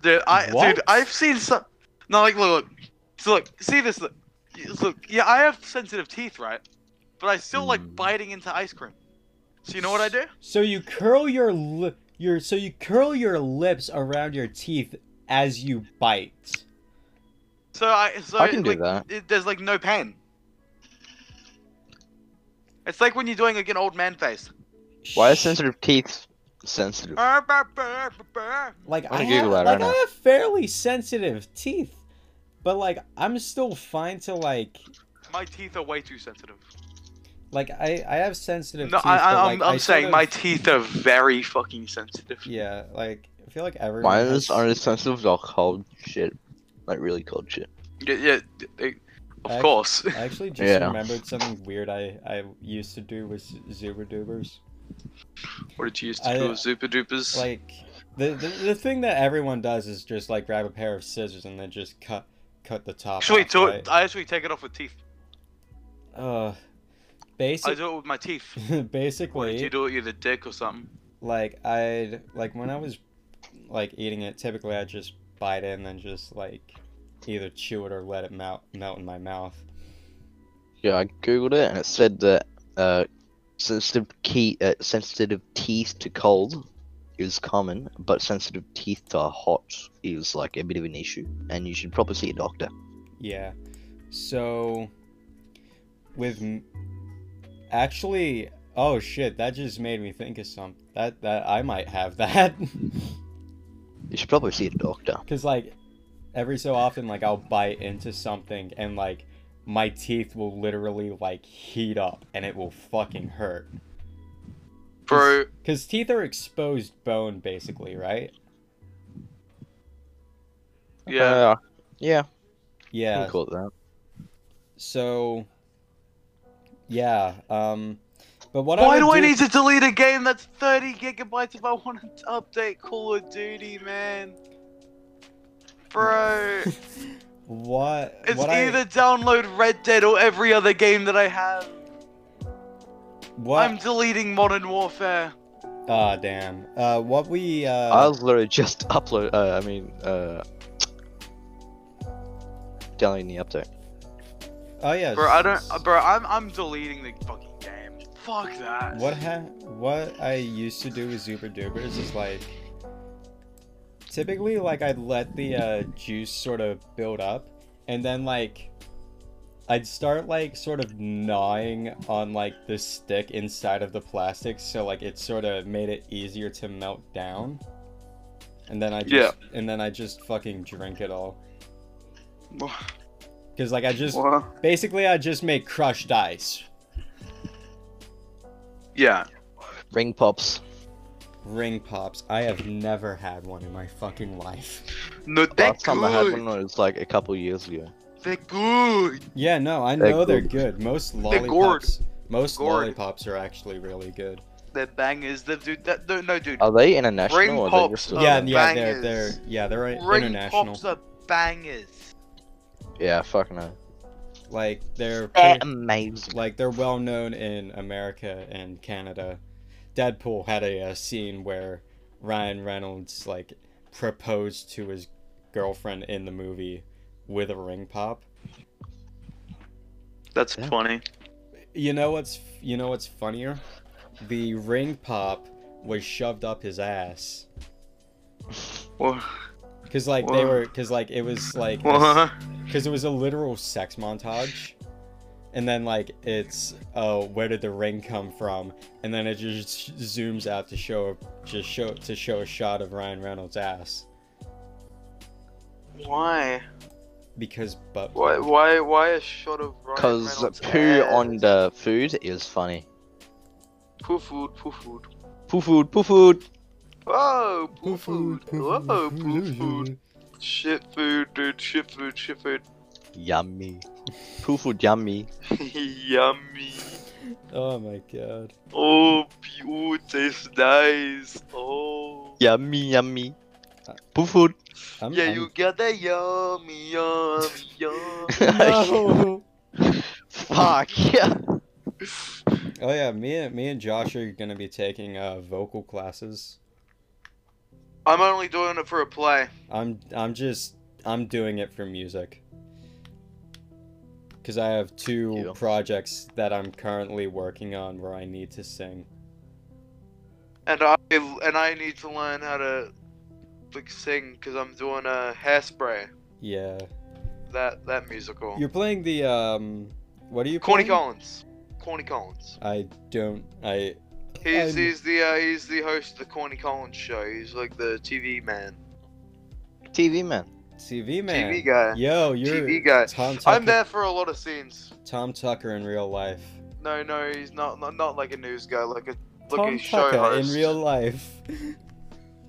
[SPEAKER 1] Dude, I dude,
[SPEAKER 2] What?
[SPEAKER 1] I've seen some. No, like look, look, so look, see this. Look, Yes, look, yeah, I have sensitive teeth, right? But I still like
[SPEAKER 3] Mm.
[SPEAKER 1] biting into ice cream. So you know what I do?
[SPEAKER 2] so you curl your li- your so you curl your lips around your teeth as you bite
[SPEAKER 1] So I so
[SPEAKER 3] I can do
[SPEAKER 1] like,
[SPEAKER 3] that.
[SPEAKER 1] It, there's like no pain. It's like when you're doing like an old man face.
[SPEAKER 3] Why are
[SPEAKER 2] Shh.
[SPEAKER 3] sensitive teeth sensitive?
[SPEAKER 1] That's
[SPEAKER 2] Like
[SPEAKER 3] Why
[SPEAKER 2] I
[SPEAKER 3] don't you
[SPEAKER 2] have,
[SPEAKER 3] Google that
[SPEAKER 2] like
[SPEAKER 3] right
[SPEAKER 2] I
[SPEAKER 3] now?
[SPEAKER 2] have fairly sensitive teeth, but like I'm still fine to like
[SPEAKER 1] my teeth are way too sensitive.
[SPEAKER 2] like I I have sensitive
[SPEAKER 1] No,
[SPEAKER 2] teeth.
[SPEAKER 1] I,
[SPEAKER 2] but,
[SPEAKER 1] I, I'm,
[SPEAKER 2] like, I
[SPEAKER 1] I'm saying
[SPEAKER 2] sort
[SPEAKER 1] my
[SPEAKER 2] of-
[SPEAKER 1] teeth are very fucking sensitive.
[SPEAKER 2] yeah, like I feel like everyone.
[SPEAKER 3] Mine
[SPEAKER 2] has-
[SPEAKER 3] is only sensitive to cold shit. Like really cold shit.
[SPEAKER 1] Yeah, yeah d- they- of
[SPEAKER 2] Ac-
[SPEAKER 1] course.
[SPEAKER 2] I actually just
[SPEAKER 3] Yeah.
[SPEAKER 2] remembered something weird I I used to do with Zuber Dubers.
[SPEAKER 1] what did you used to
[SPEAKER 2] I- uh,
[SPEAKER 1] call super dupas?
[SPEAKER 2] Like the, the the thing that everyone does is just like grab a pair of scissors and then just cut cut the top.
[SPEAKER 1] actually,
[SPEAKER 2] off,
[SPEAKER 1] do
[SPEAKER 2] right?
[SPEAKER 1] it, I actually take it off with teeth.
[SPEAKER 2] uh,
[SPEAKER 1] I
[SPEAKER 2] basic,
[SPEAKER 1] do it with my teeth. Or
[SPEAKER 2] basically.
[SPEAKER 1] did you do it with your dick or something?
[SPEAKER 2] like I'd like when I was like eating it, typically I just bite it and then just like either chew it or let it melt melt in my mouth.
[SPEAKER 3] Yeah, I googled it and it said that uh, sensitive key uh, sensitive teeth to cold is common, but sensitive teeth to hot is like a bit of an issue, and you should probably see a doctor.
[SPEAKER 2] Yeah. So with m- actually oh shit, that just made me think of something. That that I might have that.
[SPEAKER 3] You should probably see a doctor.
[SPEAKER 2] Cuz like every so often like I'll bite into something and like my teeth will literally like heat up and it will fucking hurt.
[SPEAKER 1] Bro,
[SPEAKER 2] Cuz teeth are exposed bone basically, right?
[SPEAKER 1] Yeah.
[SPEAKER 3] Uh, yeah. we
[SPEAKER 2] Yeah.
[SPEAKER 3] can call it that.
[SPEAKER 2] So, yeah. Um, but what
[SPEAKER 1] Why
[SPEAKER 2] I
[SPEAKER 1] do
[SPEAKER 2] would
[SPEAKER 1] I need to delete a game that's 30 gigabytes if I want to update Call of Duty, man? Bro,
[SPEAKER 2] What?
[SPEAKER 1] it's
[SPEAKER 2] what I-
[SPEAKER 1] either download Red Dead or every other game that I have.
[SPEAKER 2] what?
[SPEAKER 1] I'm deleting Modern Warfare.
[SPEAKER 2] Ah, damn. Uh, what we uh,
[SPEAKER 3] I was literally just upload. Uh, I mean, uh, downloading the update.
[SPEAKER 2] oh yeah.
[SPEAKER 1] Bro, I don't. uh, Bro, I'm I'm deleting the fucking game. Fuck that.
[SPEAKER 2] What ha- what I used to do with Zuber Dubers is like typically like I'd let the uh, juice sort of build up and then like I'd start like sort of gnawing on like the stick inside of the plastic so like it sort of made it easier to melt down. And then I just and then I just fucking drink it all. Cause like I just
[SPEAKER 1] What?
[SPEAKER 2] basically I just make crushed ice.
[SPEAKER 1] Yeah.
[SPEAKER 3] Ring pops.
[SPEAKER 2] Ring pops. I have never had one in my fucking life.
[SPEAKER 1] No, they're
[SPEAKER 3] Last time I had one
[SPEAKER 1] good.
[SPEAKER 3] was like a couple years ago.
[SPEAKER 1] They're good.
[SPEAKER 2] Yeah, no, I
[SPEAKER 3] They're
[SPEAKER 2] know they're
[SPEAKER 3] good.
[SPEAKER 2] good. Most
[SPEAKER 1] They're gourd.
[SPEAKER 2] lollipops, most
[SPEAKER 1] Gourd.
[SPEAKER 2] lollipops are actually really good.
[SPEAKER 1] They're bangers. The dude. That, no, no, dude.
[SPEAKER 3] Are they international
[SPEAKER 1] Ring
[SPEAKER 3] or are
[SPEAKER 1] pops
[SPEAKER 3] they just
[SPEAKER 1] Oh,
[SPEAKER 2] yeah,
[SPEAKER 3] Australian?
[SPEAKER 2] yeah, they're they're
[SPEAKER 1] bangers.
[SPEAKER 2] yeah they're
[SPEAKER 1] Ring
[SPEAKER 2] international.
[SPEAKER 1] pops are bangers.
[SPEAKER 3] Yeah, fucking hell.
[SPEAKER 2] Like they're
[SPEAKER 3] They're
[SPEAKER 2] pretty-
[SPEAKER 3] amazing.
[SPEAKER 2] like they're well known in America and Canada. Deadpool had a, uh scene where Ryan Reynolds like proposed to his girlfriend in the movie with a ring pop.
[SPEAKER 1] That's
[SPEAKER 3] Yeah.
[SPEAKER 1] funny.
[SPEAKER 2] You know what's you know what's funnier? The ring pop was shoved up his ass.
[SPEAKER 1] What?
[SPEAKER 2] Cause like they
[SPEAKER 1] Whoa.
[SPEAKER 2] were, cause like it was like, because
[SPEAKER 1] What?
[SPEAKER 2] it was a literal sex montage, and then like it's, oh, where did the ring come from? And then it just zooms out to show, just show to show a shot of Ryan Reynolds' ass
[SPEAKER 1] Why?
[SPEAKER 2] because but
[SPEAKER 1] Why? Why? Why a shot of Ryan
[SPEAKER 3] Because
[SPEAKER 1] Reynolds'
[SPEAKER 3] poo
[SPEAKER 1] ass?
[SPEAKER 3] on the food is funny.
[SPEAKER 1] poo food, poo food.
[SPEAKER 3] Poo food, poo food.
[SPEAKER 1] Oh, poo food. Oh, poo food. Shit food, dude. Shit food. Shit food.
[SPEAKER 3] Yummy. Poo food, yummy.
[SPEAKER 1] Yummy.
[SPEAKER 2] Oh my god.
[SPEAKER 1] Oh, poo tastes nice. Oh.
[SPEAKER 3] Yummy, yummy.
[SPEAKER 2] Uh,
[SPEAKER 3] Poo food.
[SPEAKER 2] I'm,
[SPEAKER 1] Yeah,
[SPEAKER 2] I'm-
[SPEAKER 1] you got that yummy, yummy, yummy.
[SPEAKER 2] No.
[SPEAKER 3] Fuck, yeah.
[SPEAKER 2] oh yeah, me and me and Josh are gonna be taking uh vocal classes.
[SPEAKER 1] I'm only doing it for a play.
[SPEAKER 2] I'm I'm just I'm doing it for music. Cause I have two
[SPEAKER 3] Yeah.
[SPEAKER 2] projects that I'm currently working on where I need to sing.
[SPEAKER 1] And I and I need to learn how to like sing because I'm doing a hairspray.
[SPEAKER 2] Yeah.
[SPEAKER 1] That that musical.
[SPEAKER 2] You're playing the um what are you
[SPEAKER 1] Corny
[SPEAKER 2] playing?
[SPEAKER 1] Collins. Corny Collins.
[SPEAKER 2] I don't I
[SPEAKER 1] He's
[SPEAKER 2] I'm-
[SPEAKER 1] he's the uh, he's the host of the Corny Collins show. He's like the TV man,
[SPEAKER 3] TV man.
[SPEAKER 2] TV man.
[SPEAKER 1] TV guy.
[SPEAKER 2] Yo, you're
[SPEAKER 1] TV guy.
[SPEAKER 2] Tom Tucker
[SPEAKER 1] I'm there for a lot of scenes.
[SPEAKER 2] Tom Tucker in real life.
[SPEAKER 1] No, no, he's not not, not like a news guy, like a like
[SPEAKER 2] Tom
[SPEAKER 1] a show
[SPEAKER 2] Tucker
[SPEAKER 1] host.
[SPEAKER 2] in real life.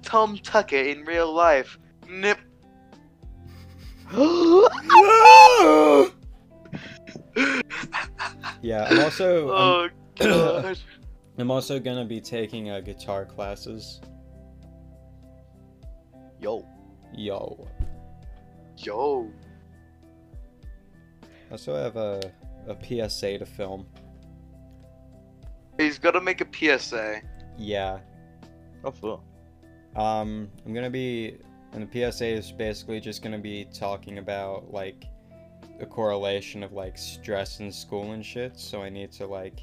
[SPEAKER 1] Tom Tucker in real life. Nip.
[SPEAKER 2] yeah, I'm also I'm-
[SPEAKER 1] Oh god.
[SPEAKER 2] I'm also gonna be taking uh, guitar classes.
[SPEAKER 3] Yo.
[SPEAKER 2] Yo.
[SPEAKER 1] Yo.
[SPEAKER 2] I also have a, a PSA to film.
[SPEAKER 1] He's gotta make a PSA.
[SPEAKER 2] Yeah.
[SPEAKER 3] Oh, fuck.
[SPEAKER 2] Um, I'm gonna be, and the PSA is basically just gonna be talking about like the correlation of like stress in school and shit. So I need to like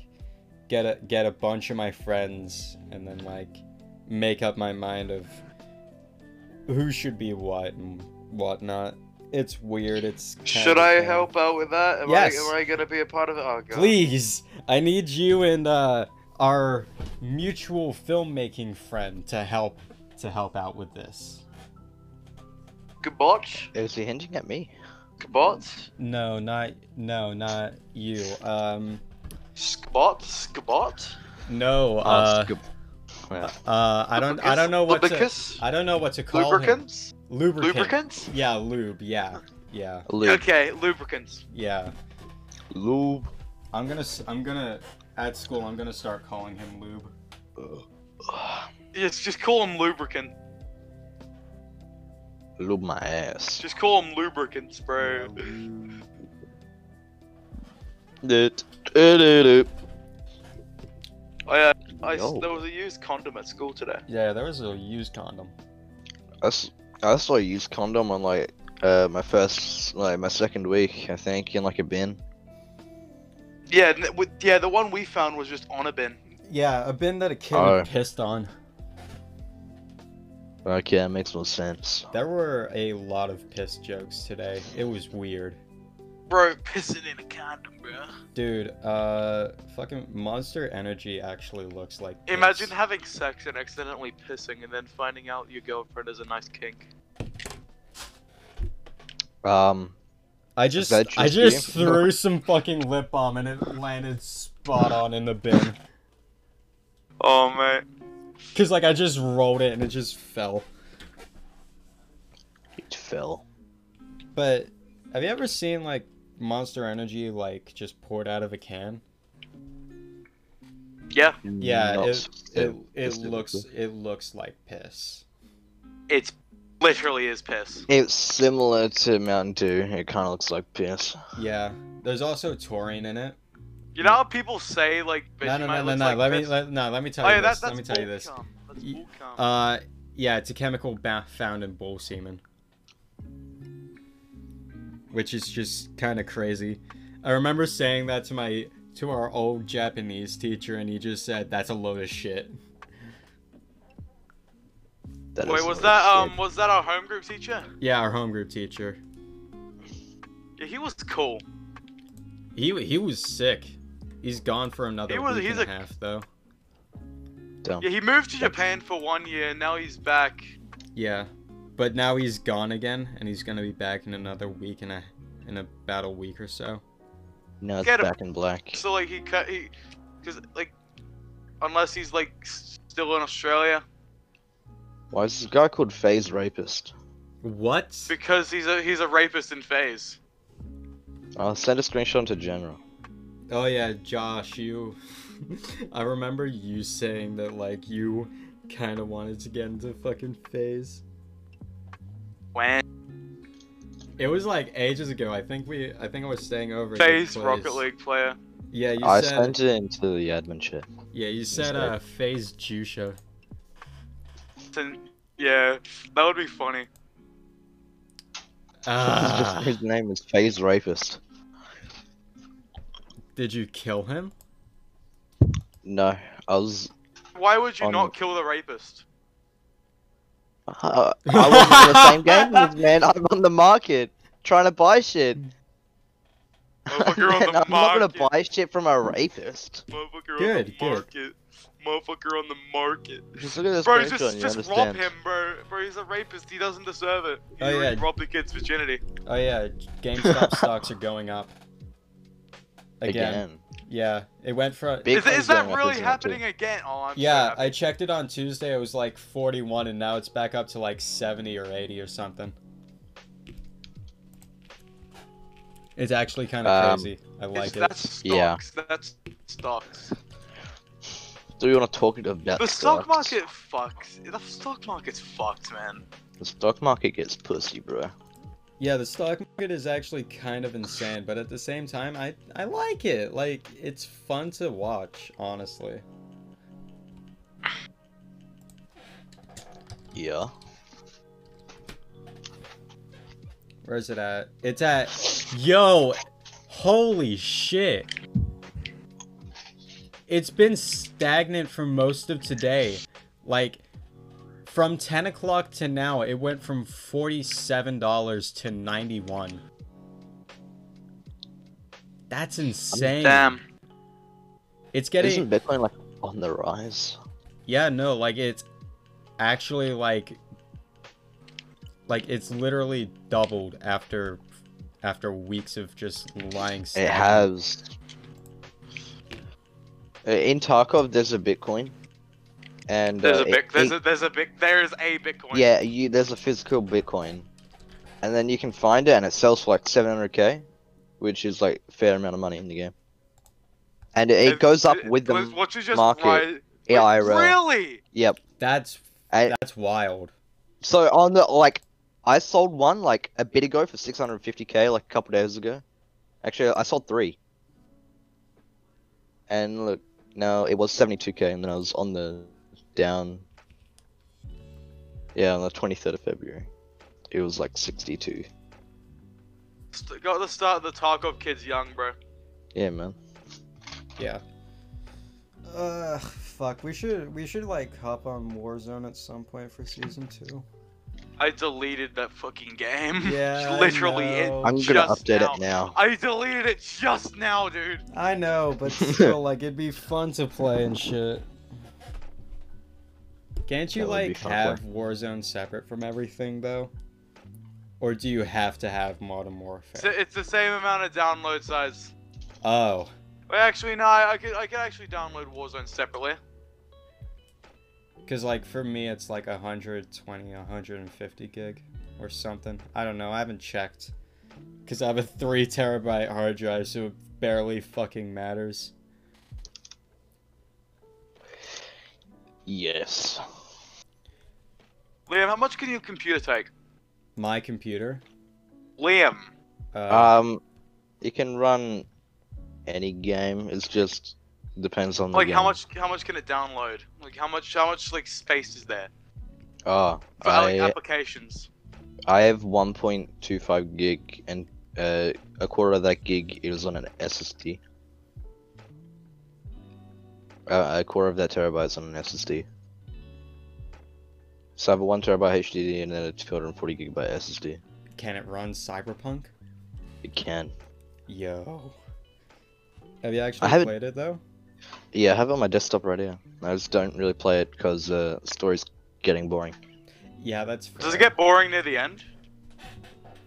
[SPEAKER 2] get a get a bunch of my friends and then like make up my mind of who should be what and whatnot. It's weird. It's kind
[SPEAKER 1] Should
[SPEAKER 2] of
[SPEAKER 1] I
[SPEAKER 2] a-
[SPEAKER 1] help out with that? Am
[SPEAKER 2] Yes.
[SPEAKER 1] I am I gonna be a part of it? Oh god.
[SPEAKER 2] Please, I need you and uh, our mutual filmmaking friend to help to help out with this.
[SPEAKER 1] Kabotch?
[SPEAKER 3] Is he hinging at me?
[SPEAKER 1] Kabotch?
[SPEAKER 2] No, not no, not you. Um,
[SPEAKER 1] Skbot? Skbot?
[SPEAKER 2] no.
[SPEAKER 3] Oh,
[SPEAKER 2] Uh,
[SPEAKER 3] skip. Yeah.
[SPEAKER 2] uh, I don't. I don't know what to.
[SPEAKER 1] Lubricus?
[SPEAKER 2] I don't know what to call him.
[SPEAKER 1] Lubricants?
[SPEAKER 2] Lubricant.
[SPEAKER 1] Lubricants?
[SPEAKER 2] Yeah, lube. Yeah, yeah,
[SPEAKER 3] Lube.
[SPEAKER 1] Okay, lubricants.
[SPEAKER 2] yeah.
[SPEAKER 3] Lube.
[SPEAKER 2] I'm gonna. s- I'm gonna. At school, I'm gonna start calling him lube.
[SPEAKER 1] Yes, just call them lubricant.
[SPEAKER 3] Lube my ass.
[SPEAKER 1] Just call them lubricants, bro.
[SPEAKER 3] Dude.
[SPEAKER 1] I, uh, I s-
[SPEAKER 3] Yo.
[SPEAKER 1] there was a used condom at school today.
[SPEAKER 2] Yeah, there was a used condom.
[SPEAKER 3] I, s- I saw a used condom on like uh, my first, like my second week, I think, in like a bin.
[SPEAKER 1] Yeah, n- with, yeah, the one we found was just on a bin.
[SPEAKER 2] Yeah, a bin that a kid
[SPEAKER 3] Oh.
[SPEAKER 2] pissed on.
[SPEAKER 3] Okay, that makes no sense.
[SPEAKER 2] There were a lot of piss jokes today. It was weird.
[SPEAKER 1] Bro, pissing in a condom, bro.
[SPEAKER 2] Dude, uh, fucking Monster Energy actually looks like. piss.
[SPEAKER 1] Imagine having sex and accidentally pissing and then finding out your girlfriend is a nice kink.
[SPEAKER 3] Um,
[SPEAKER 2] I just,
[SPEAKER 3] that just
[SPEAKER 2] I just
[SPEAKER 3] you?
[SPEAKER 2] threw some fucking lip balm and it landed spot on in the bin.
[SPEAKER 1] Oh, mate.
[SPEAKER 2] Cause like I just rolled it and it just fell.
[SPEAKER 3] it fell.
[SPEAKER 2] But have you ever seen like Monster Energy like just poured out of a can?
[SPEAKER 1] Yeah,
[SPEAKER 2] Yeah, it,
[SPEAKER 3] Not
[SPEAKER 2] it, it
[SPEAKER 3] specifically.
[SPEAKER 2] looks it looks like piss.
[SPEAKER 1] it's literally is piss.
[SPEAKER 3] It's similar to Mountain Dew. It kind of looks like piss.
[SPEAKER 2] Yeah, there's also taurine in it.
[SPEAKER 1] You know how people say, like, Vegemite
[SPEAKER 2] No, no, no, no,
[SPEAKER 1] looks
[SPEAKER 2] no.
[SPEAKER 1] like
[SPEAKER 2] let me
[SPEAKER 1] piss?
[SPEAKER 2] let, no, let me tell
[SPEAKER 1] oh,
[SPEAKER 2] you
[SPEAKER 1] yeah,
[SPEAKER 2] this.
[SPEAKER 1] that, that's
[SPEAKER 2] let me tell you
[SPEAKER 1] bull
[SPEAKER 2] this.
[SPEAKER 1] cum. That's
[SPEAKER 2] Y-
[SPEAKER 1] bull cum.
[SPEAKER 2] Uh, yeah, it's a chemical ba- found in bull semen, which is just kind of crazy. I remember saying that to my to our old Japanese teacher, and he just said, "That's a load of shit."
[SPEAKER 3] That
[SPEAKER 1] Wait,
[SPEAKER 3] is
[SPEAKER 1] was
[SPEAKER 3] not
[SPEAKER 1] that
[SPEAKER 3] shit.
[SPEAKER 1] um was that our home group teacher?
[SPEAKER 2] Yeah, our home group teacher.
[SPEAKER 1] Yeah, he was cool.
[SPEAKER 2] He he was sick. He's gone for another
[SPEAKER 1] He was-
[SPEAKER 2] week
[SPEAKER 1] he's
[SPEAKER 2] and a,
[SPEAKER 1] a-
[SPEAKER 2] half though.
[SPEAKER 3] Dumb.
[SPEAKER 1] Yeah, he moved to Japan for one year. and Now he's back.
[SPEAKER 2] Yeah, but now he's gone again, and he's gonna be back in another week and a in about a week or so.
[SPEAKER 3] No, it's
[SPEAKER 1] Get him.
[SPEAKER 3] back in black.
[SPEAKER 1] So like he cut he, because like, unless he's like s- still in Australia
[SPEAKER 3] Why is this guy called Phase Rapist?
[SPEAKER 2] What?
[SPEAKER 1] because he's a he's a rapist in phase.
[SPEAKER 3] I'll send a screenshot to General.
[SPEAKER 2] Oh yeah, Josh, you. I remember you saying that like you kind of wanted to get into fucking phase.
[SPEAKER 1] When
[SPEAKER 2] It was like ages ago. I think we. I think I was staying over. at your
[SPEAKER 1] phase
[SPEAKER 2] place.
[SPEAKER 1] Rocket League player.
[SPEAKER 2] Yeah, you
[SPEAKER 3] I
[SPEAKER 2] said.
[SPEAKER 3] sent it into the admin chat.
[SPEAKER 2] Yeah, you said uh phase Jusha.
[SPEAKER 1] Then- Yeah, that would be funny.
[SPEAKER 2] Ah,
[SPEAKER 3] His name is Phase Rapist.
[SPEAKER 2] did you kill him?
[SPEAKER 3] No, I was.
[SPEAKER 1] Why would you
[SPEAKER 3] On-
[SPEAKER 1] not kill the rapist?
[SPEAKER 3] Uh, I wasn't in the same game as man. I'm on the market trying to buy shit.
[SPEAKER 1] Motherfucker on
[SPEAKER 3] Man,
[SPEAKER 1] the
[SPEAKER 3] I'm not
[SPEAKER 1] market.
[SPEAKER 3] gonna buy shit from a rapist.
[SPEAKER 1] Motherfucker on
[SPEAKER 2] Good,
[SPEAKER 1] the
[SPEAKER 2] good.
[SPEAKER 1] market. Motherfucker on the market.
[SPEAKER 3] Just look at this
[SPEAKER 1] Bro,
[SPEAKER 3] screenshot.
[SPEAKER 1] just,
[SPEAKER 3] you
[SPEAKER 1] just rob
[SPEAKER 3] understand?
[SPEAKER 1] him, bro. Bro, he's a rapist. He doesn't deserve it. He
[SPEAKER 2] Oh,
[SPEAKER 1] already
[SPEAKER 2] yeah.
[SPEAKER 1] robbed the kid's virginity.
[SPEAKER 2] Oh yeah, GameStop stocks are going up. Again. Yeah, it went from.
[SPEAKER 3] Big
[SPEAKER 1] Is, it- is
[SPEAKER 3] one's
[SPEAKER 1] that
[SPEAKER 3] going up,
[SPEAKER 1] really
[SPEAKER 3] isn't it, too?
[SPEAKER 1] happening again? Oh, I'm so
[SPEAKER 2] Yeah,
[SPEAKER 1] happy.
[SPEAKER 2] I checked it on Tuesday. It was like 41, and now it's back up to like 70 or 80 or something. It's actually kind of
[SPEAKER 3] Um,
[SPEAKER 2] crazy. I
[SPEAKER 1] It's-
[SPEAKER 2] like it.
[SPEAKER 1] that's
[SPEAKER 3] Yeah.
[SPEAKER 1] stocks. That's stocks.
[SPEAKER 3] Do you want to talk about
[SPEAKER 1] The stock
[SPEAKER 3] stocks?
[SPEAKER 1] market fucks. The stock market's fucked, man.
[SPEAKER 3] The stock market gets pussy, bro.
[SPEAKER 2] Yeah, the stock market is actually kind of insane, but at the same time, I I like it. Like it's fun to watch, honestly.
[SPEAKER 3] Yeah.
[SPEAKER 2] Where is it at? It's at. Yo, holy shit! It's been stagnant for most of today. Like, from 10 o'clock to now, it went from $47 to 91 That's insane.
[SPEAKER 1] Damn.
[SPEAKER 2] It's getting.
[SPEAKER 3] Isn't Bitcoin like on the rise?
[SPEAKER 2] Yeah, no, like it's actually like like it's literally doubled after after weeks of just lying
[SPEAKER 3] It
[SPEAKER 2] stagnant.
[SPEAKER 3] has. Uh, In Tarkov, there's a Bitcoin. and
[SPEAKER 1] There's
[SPEAKER 3] uh,
[SPEAKER 1] a big.
[SPEAKER 3] it-
[SPEAKER 1] There's
[SPEAKER 3] it-
[SPEAKER 1] a. There's a big. There's a Bitcoin.
[SPEAKER 3] yeah, you there's a physical Bitcoin, and then you can find it, and it sells for like 700k, which is like a fair amount of money in the game, and it,
[SPEAKER 1] If-
[SPEAKER 3] it goes up
[SPEAKER 1] it-
[SPEAKER 3] with
[SPEAKER 1] what-
[SPEAKER 3] the
[SPEAKER 1] what you just
[SPEAKER 3] market.
[SPEAKER 1] ri- Wait,
[SPEAKER 3] AIRL.
[SPEAKER 1] Really?
[SPEAKER 3] Yep.
[SPEAKER 2] That's
[SPEAKER 3] I-
[SPEAKER 2] that's wild.
[SPEAKER 3] So on the like, I sold one like a bit ago for 650k, like a couple days ago. Actually, I sold three. And look, no, it was 72k, and then I was on the down. Yeah, on the 23rd of February, it was like 62.
[SPEAKER 1] St- got to start the talk of kids young, bro.
[SPEAKER 3] Yeah, man.
[SPEAKER 2] Yeah. Uh, fuck. We should we should like hop on Warzone at some point for season two.
[SPEAKER 1] I deleted that fucking game.
[SPEAKER 2] Yeah, I
[SPEAKER 1] Literally. it-
[SPEAKER 2] know.
[SPEAKER 3] I'm gonna
[SPEAKER 1] Just
[SPEAKER 3] update
[SPEAKER 1] now.
[SPEAKER 3] it now.
[SPEAKER 1] I deleted it just now, dude.
[SPEAKER 2] I know, but still, like, it'd be fun to play and shit. Can't you
[SPEAKER 3] That would be
[SPEAKER 2] like
[SPEAKER 3] fun to
[SPEAKER 2] have Warzone separate from everything though? Or do you have to have Modern
[SPEAKER 1] It's,
[SPEAKER 2] Warfare?
[SPEAKER 1] the- it's the same amount of download size.
[SPEAKER 2] Oh,
[SPEAKER 1] Well, actually, no. I I could. I could actually download Warzone separately.
[SPEAKER 2] because like for me, it's like 120, 150 gig or something. I don't know. I haven't checked. Because I have a three terabyte hard drive, so it barely fucking matters.
[SPEAKER 3] Yes.
[SPEAKER 1] Liam, how much can your computer take?
[SPEAKER 2] My computer.
[SPEAKER 1] Liam.
[SPEAKER 2] Uh,
[SPEAKER 3] Um, you can run any game. It's just depends on the
[SPEAKER 1] Like
[SPEAKER 3] game.
[SPEAKER 1] how much? How much can it download? Like how much? How much like space is there
[SPEAKER 3] Oh,
[SPEAKER 1] for like,
[SPEAKER 3] I,
[SPEAKER 1] applications?
[SPEAKER 3] I have 1.25 gig, and uh, a quarter of that gig is on an SSD. Uh, a quarter of that terabyte is on an SSD. So I have a one terabyte HDD and then a 240 gigabyte SSD.
[SPEAKER 2] can it run Cyberpunk?
[SPEAKER 3] It can.
[SPEAKER 2] Yo. Have you actually
[SPEAKER 3] haven't-
[SPEAKER 2] played it though?
[SPEAKER 3] Yeah, I have it on my desktop right here. I just don't really play it because uh, the story's getting boring.
[SPEAKER 2] Yeah, that's.
[SPEAKER 1] Does it
[SPEAKER 2] fair.
[SPEAKER 1] get boring near the end?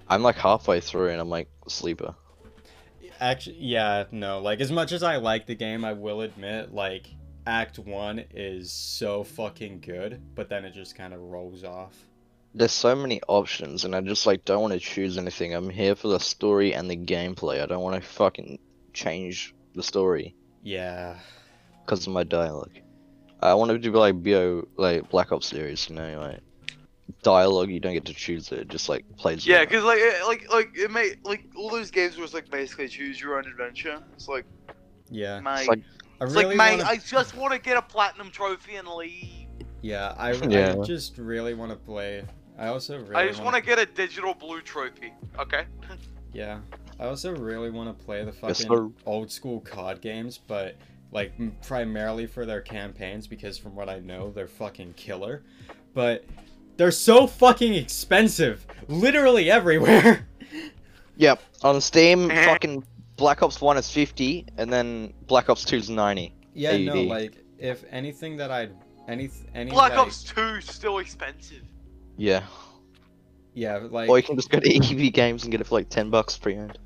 [SPEAKER 3] I'm like halfway through and I'm like sleeper.
[SPEAKER 2] Actually, yeah, no. Like, as much as I like the game, I will admit, like, Act 1 is so fucking good, but then it just kind of rolls off.
[SPEAKER 3] There's so many options and I just like don't want to choose anything. I'm here for the story and the gameplay. I don't want to fucking change the story
[SPEAKER 2] Yeah.
[SPEAKER 3] because of my dialogue. I want to do like BO like Black Ops series, you know, like dialogue you don't get to choose it, it just like plays.
[SPEAKER 1] Yeah,
[SPEAKER 3] it.
[SPEAKER 1] because like it, like like it may like all those games where it's like basically choose your own adventure. It's like
[SPEAKER 2] Yeah.
[SPEAKER 1] my.
[SPEAKER 3] It's like-
[SPEAKER 2] I
[SPEAKER 1] It's like,
[SPEAKER 2] really
[SPEAKER 1] mate,
[SPEAKER 2] wanna...
[SPEAKER 1] I just want to get a platinum trophy and leave.
[SPEAKER 2] Yeah, I,
[SPEAKER 3] Yeah.
[SPEAKER 2] I just really want to play. I also really
[SPEAKER 1] I just want
[SPEAKER 2] wanna...
[SPEAKER 1] to get a digital blue trophy. Okay.
[SPEAKER 2] Yeah. I also really want to play the
[SPEAKER 3] Yes,
[SPEAKER 2] fucking
[SPEAKER 3] sir.
[SPEAKER 2] old school COD games, but like m- primarily for their campaigns because from what I know, they're fucking killer. But they're so fucking expensive, literally everywhere.
[SPEAKER 3] Yep. On Steam, fucking Black Ops One is fifty, and then Black Ops Two is ninety.
[SPEAKER 2] yeah, no,
[SPEAKER 3] AUD.
[SPEAKER 2] like if anything that I'd any any
[SPEAKER 1] Black
[SPEAKER 2] like-
[SPEAKER 1] Ops Two still expensive.
[SPEAKER 3] Yeah.
[SPEAKER 2] Yeah, like
[SPEAKER 3] Or you can just go to EV Games and get it for like ten bucks pre-owned.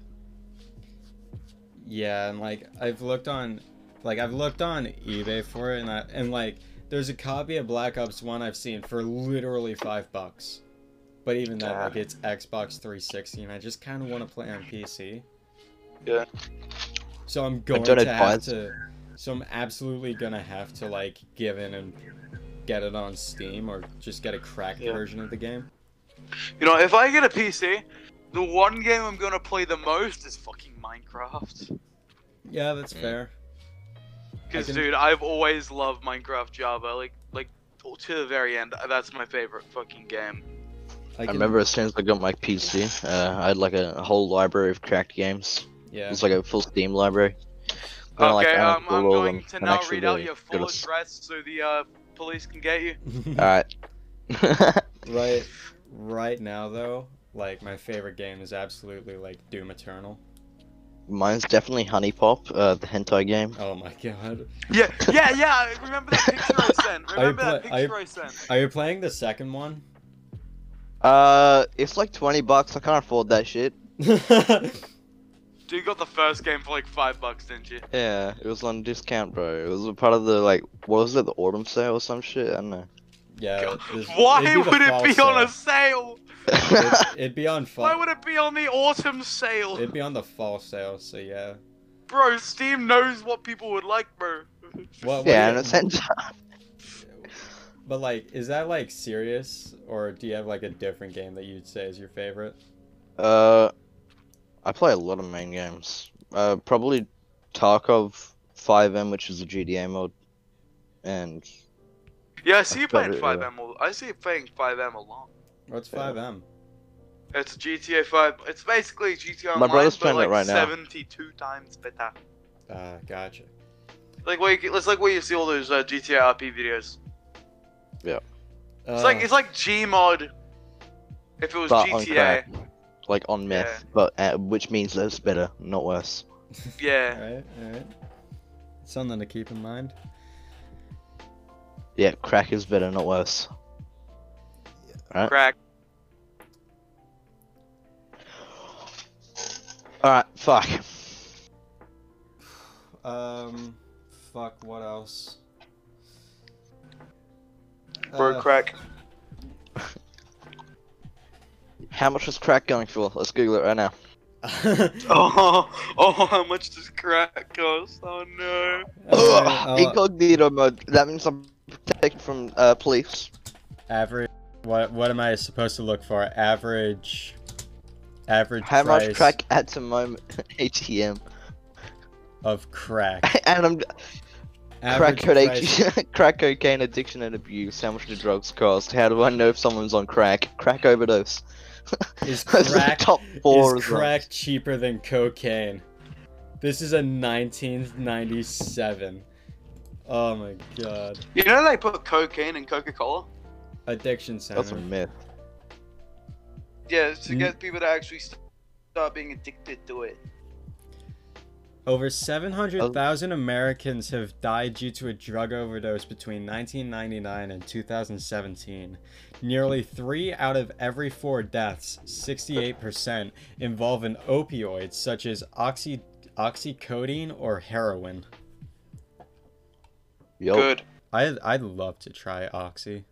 [SPEAKER 2] Yeah, and like I've looked on, like I've looked on eBay for it, and I and like there's a copy of Black Ops One I've seen for literally five bucks, but even that like it's Xbox 360, and I just kind of want to play on PC.
[SPEAKER 4] Yeah.
[SPEAKER 2] So I'm going
[SPEAKER 3] don't
[SPEAKER 2] to have
[SPEAKER 3] advise-
[SPEAKER 2] to. So I'm absolutely gonna have to like give in and get it on Steam or just get a cracked
[SPEAKER 1] Yeah.
[SPEAKER 2] version of the game.
[SPEAKER 1] You know, if I get a PC, the one game I'm gonna play the most is fucking Minecraft.
[SPEAKER 2] Yeah, that's
[SPEAKER 3] Mm.
[SPEAKER 2] fair.
[SPEAKER 1] Because
[SPEAKER 2] can-
[SPEAKER 1] dude, I've always loved Minecraft Java. Like like to the very end, that's my favorite fucking game.
[SPEAKER 2] I,
[SPEAKER 3] I,
[SPEAKER 2] can-
[SPEAKER 3] remember as soon as I got my PC, uh, I had like a, a whole library of cracked games.
[SPEAKER 2] Yeah.
[SPEAKER 3] It's like a full Steam library. Then I, like,
[SPEAKER 1] Okay, um,
[SPEAKER 3] uninstalled
[SPEAKER 1] I'm
[SPEAKER 3] all of
[SPEAKER 1] going
[SPEAKER 3] them
[SPEAKER 1] to
[SPEAKER 3] and
[SPEAKER 1] now
[SPEAKER 3] actually
[SPEAKER 1] read out
[SPEAKER 3] really
[SPEAKER 1] your
[SPEAKER 3] got
[SPEAKER 1] full
[SPEAKER 3] a s-
[SPEAKER 1] address so the uh, police can get you.
[SPEAKER 3] Alright.
[SPEAKER 2] right right now though like my favorite game is absolutely like doom eternal
[SPEAKER 3] Mine's definitely Honey Pop, uh, the hentai game.
[SPEAKER 2] oh my god
[SPEAKER 1] Yeah, yeah, yeah. I Remember that picture I sent.
[SPEAKER 2] Are you
[SPEAKER 1] Remember that
[SPEAKER 2] pla- are you-
[SPEAKER 1] picture I sent.
[SPEAKER 2] are you playing the second one
[SPEAKER 3] Uh, it's like 20 bucks, I can't afford that shit.
[SPEAKER 2] yeah
[SPEAKER 1] So you got the first game for like five bucks, didn't you?
[SPEAKER 3] Yeah, it was on discount, bro. It was a part of the like, what was it, the autumn sale or some shit? I don't know.
[SPEAKER 2] Yeah.
[SPEAKER 1] God,
[SPEAKER 2] this-
[SPEAKER 1] Why
[SPEAKER 2] it'd the
[SPEAKER 1] would it
[SPEAKER 2] fall
[SPEAKER 1] be on a
[SPEAKER 2] sale.
[SPEAKER 1] sale?
[SPEAKER 2] It'd, it'd be on fall.
[SPEAKER 1] Why would it be on the autumn sale?
[SPEAKER 2] It'd be on the fall sale. So yeah.
[SPEAKER 1] Bro, Steam knows what people would like, bro.
[SPEAKER 2] What? what
[SPEAKER 3] yeah, and it's end
[SPEAKER 2] But like, is that like serious, or do you have like a different game that you'd say is your favorite?
[SPEAKER 3] Uh, I play a lot of main games. Uh, probably Tarkov 5M, which is a GDA mod, and
[SPEAKER 1] Yeah, I see you playing
[SPEAKER 3] better,
[SPEAKER 1] 5M. all- I see you playing 5M a lot.
[SPEAKER 2] What's
[SPEAKER 3] Yeah.
[SPEAKER 2] Five M?
[SPEAKER 1] It's GTA 5. It's basically GTA Online,
[SPEAKER 3] My brother's
[SPEAKER 1] but
[SPEAKER 3] playing it
[SPEAKER 1] like
[SPEAKER 3] right now.
[SPEAKER 1] 72 times better.
[SPEAKER 2] Ah, gotcha.
[SPEAKER 1] Like where you, get- it's like where you see all those uh, GTA RP videos.
[SPEAKER 2] Uh,
[SPEAKER 1] It's like it's like Gmod. If it was
[SPEAKER 3] Uh. but on
[SPEAKER 1] GTA,
[SPEAKER 3] crack, like on meth, but uh, which means that it's better, not worse.
[SPEAKER 1] yeah.
[SPEAKER 2] Uh, Alright, alright. Something to keep in mind.
[SPEAKER 3] Yeah, crack is better, not worse. Right.
[SPEAKER 1] Crack.
[SPEAKER 3] All right, fuck.
[SPEAKER 2] Um, fuck. What else?
[SPEAKER 3] uh,
[SPEAKER 2] Uh,
[SPEAKER 1] Bird crack.
[SPEAKER 3] How much is crack going for? Let's Google it right now.
[SPEAKER 1] Oh, oh, how much does crack cost? Oh no.
[SPEAKER 2] Uh,
[SPEAKER 3] Incognito mode. That means I'm protected from uh, police.
[SPEAKER 2] average. What What am I supposed to look for? Average. Average
[SPEAKER 3] How
[SPEAKER 2] price
[SPEAKER 3] much crack at the moment? ATM.
[SPEAKER 2] of crack.
[SPEAKER 3] and I'm
[SPEAKER 2] Average
[SPEAKER 3] crack, code-
[SPEAKER 2] price-
[SPEAKER 3] crack cocaine addiction and abuse. How much do drugs cost? How do I know if someone's on crack? Crack overdose.
[SPEAKER 2] is
[SPEAKER 3] Those are the
[SPEAKER 2] crack
[SPEAKER 3] top four
[SPEAKER 2] is
[SPEAKER 3] results.
[SPEAKER 2] crack cheaper than cocaine? This is a 1997. Oh my god.
[SPEAKER 1] You know they put cocaine in Coca-Cola.
[SPEAKER 2] Addiction Center.
[SPEAKER 3] That's a myth.
[SPEAKER 1] Yeah, it's to
[SPEAKER 2] Mm.
[SPEAKER 1] get people to actually st- start being addicted to it.
[SPEAKER 2] Over
[SPEAKER 3] Oh.
[SPEAKER 2] 700,000 Americans have died due to a drug overdose between 1999 and 2017. Nearly three out of every four deaths, 68%, involve an opioid such as oxy- oxycodone or heroin.
[SPEAKER 3] Yo.
[SPEAKER 1] Good.
[SPEAKER 2] I I'd love to try oxy.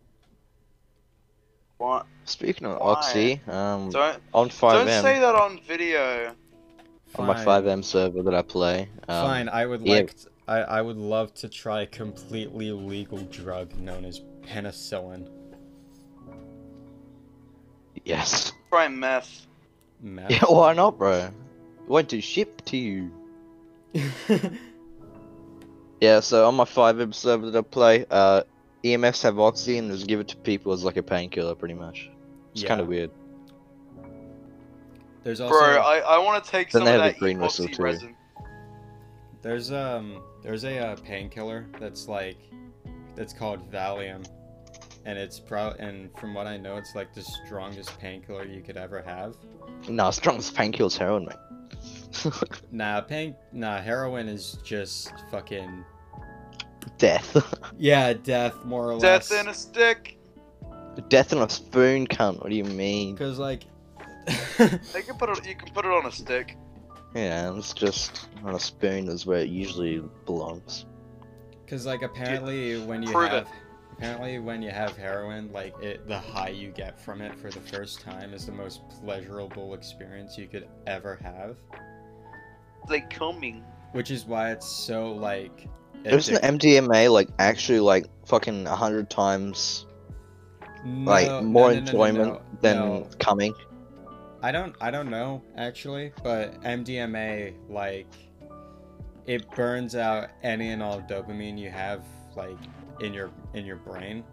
[SPEAKER 1] What?
[SPEAKER 3] Speaking of
[SPEAKER 1] Why?
[SPEAKER 3] Oxy, um,
[SPEAKER 1] Don't
[SPEAKER 3] on
[SPEAKER 1] don't
[SPEAKER 3] 5M,
[SPEAKER 1] say that on video.
[SPEAKER 3] on my 5M server that I play, um,
[SPEAKER 2] Fine, I would
[SPEAKER 3] yeah.
[SPEAKER 2] like. t- I I would love to try a completely legal drug known as penicillin.
[SPEAKER 3] yes.
[SPEAKER 1] Try meth.
[SPEAKER 2] Meth.
[SPEAKER 3] Yeah, why not, bro? Went to ship to you. Yeah, so on my 5M server that I play, uh, EMFs have Oxy and just give it to people as like a painkiller, pretty much. It's
[SPEAKER 2] Yeah.
[SPEAKER 3] kind of weird.
[SPEAKER 2] There's also
[SPEAKER 1] Bro, I, I want to take
[SPEAKER 3] Then
[SPEAKER 1] some
[SPEAKER 3] they
[SPEAKER 1] of
[SPEAKER 3] have
[SPEAKER 1] that
[SPEAKER 3] the green whistle
[SPEAKER 1] epoxy
[SPEAKER 3] too.
[SPEAKER 1] resin.
[SPEAKER 2] there's um there's a uh, painkiller that's like that's called Valium, and it's pro and from what I know it's like the strongest painkiller you could ever have.
[SPEAKER 3] Nah, strongest painkiller's heroin, mate.
[SPEAKER 2] Nah, pain nah heroin is just fucking
[SPEAKER 3] Death.
[SPEAKER 2] yeah death more or less.
[SPEAKER 1] Death in a stick.
[SPEAKER 3] Death on a spoon, cunt. What do you mean?
[SPEAKER 2] Because like.
[SPEAKER 1] They can put it. You can put it on a stick.
[SPEAKER 3] Yeah, it's just on a spoon is where it usually belongs.
[SPEAKER 2] Because like apparently when you
[SPEAKER 1] prove
[SPEAKER 2] have apparently when you have heroin, like it the high you get from it for the first time is the most pleasurable experience you could ever have.
[SPEAKER 1] They coming.
[SPEAKER 2] Which is why it's so like.
[SPEAKER 3] Isn't
[SPEAKER 2] addictive.
[SPEAKER 3] MDMA like actually like fucking a hundred times
[SPEAKER 2] No,
[SPEAKER 3] like
[SPEAKER 2] no, no,
[SPEAKER 3] more
[SPEAKER 2] no, no,
[SPEAKER 3] enjoyment
[SPEAKER 2] no,
[SPEAKER 3] than
[SPEAKER 2] no.
[SPEAKER 3] coming?
[SPEAKER 2] I don't I don't know actually, but MDMA like it burns out any and all dopamine you have like in your in your brain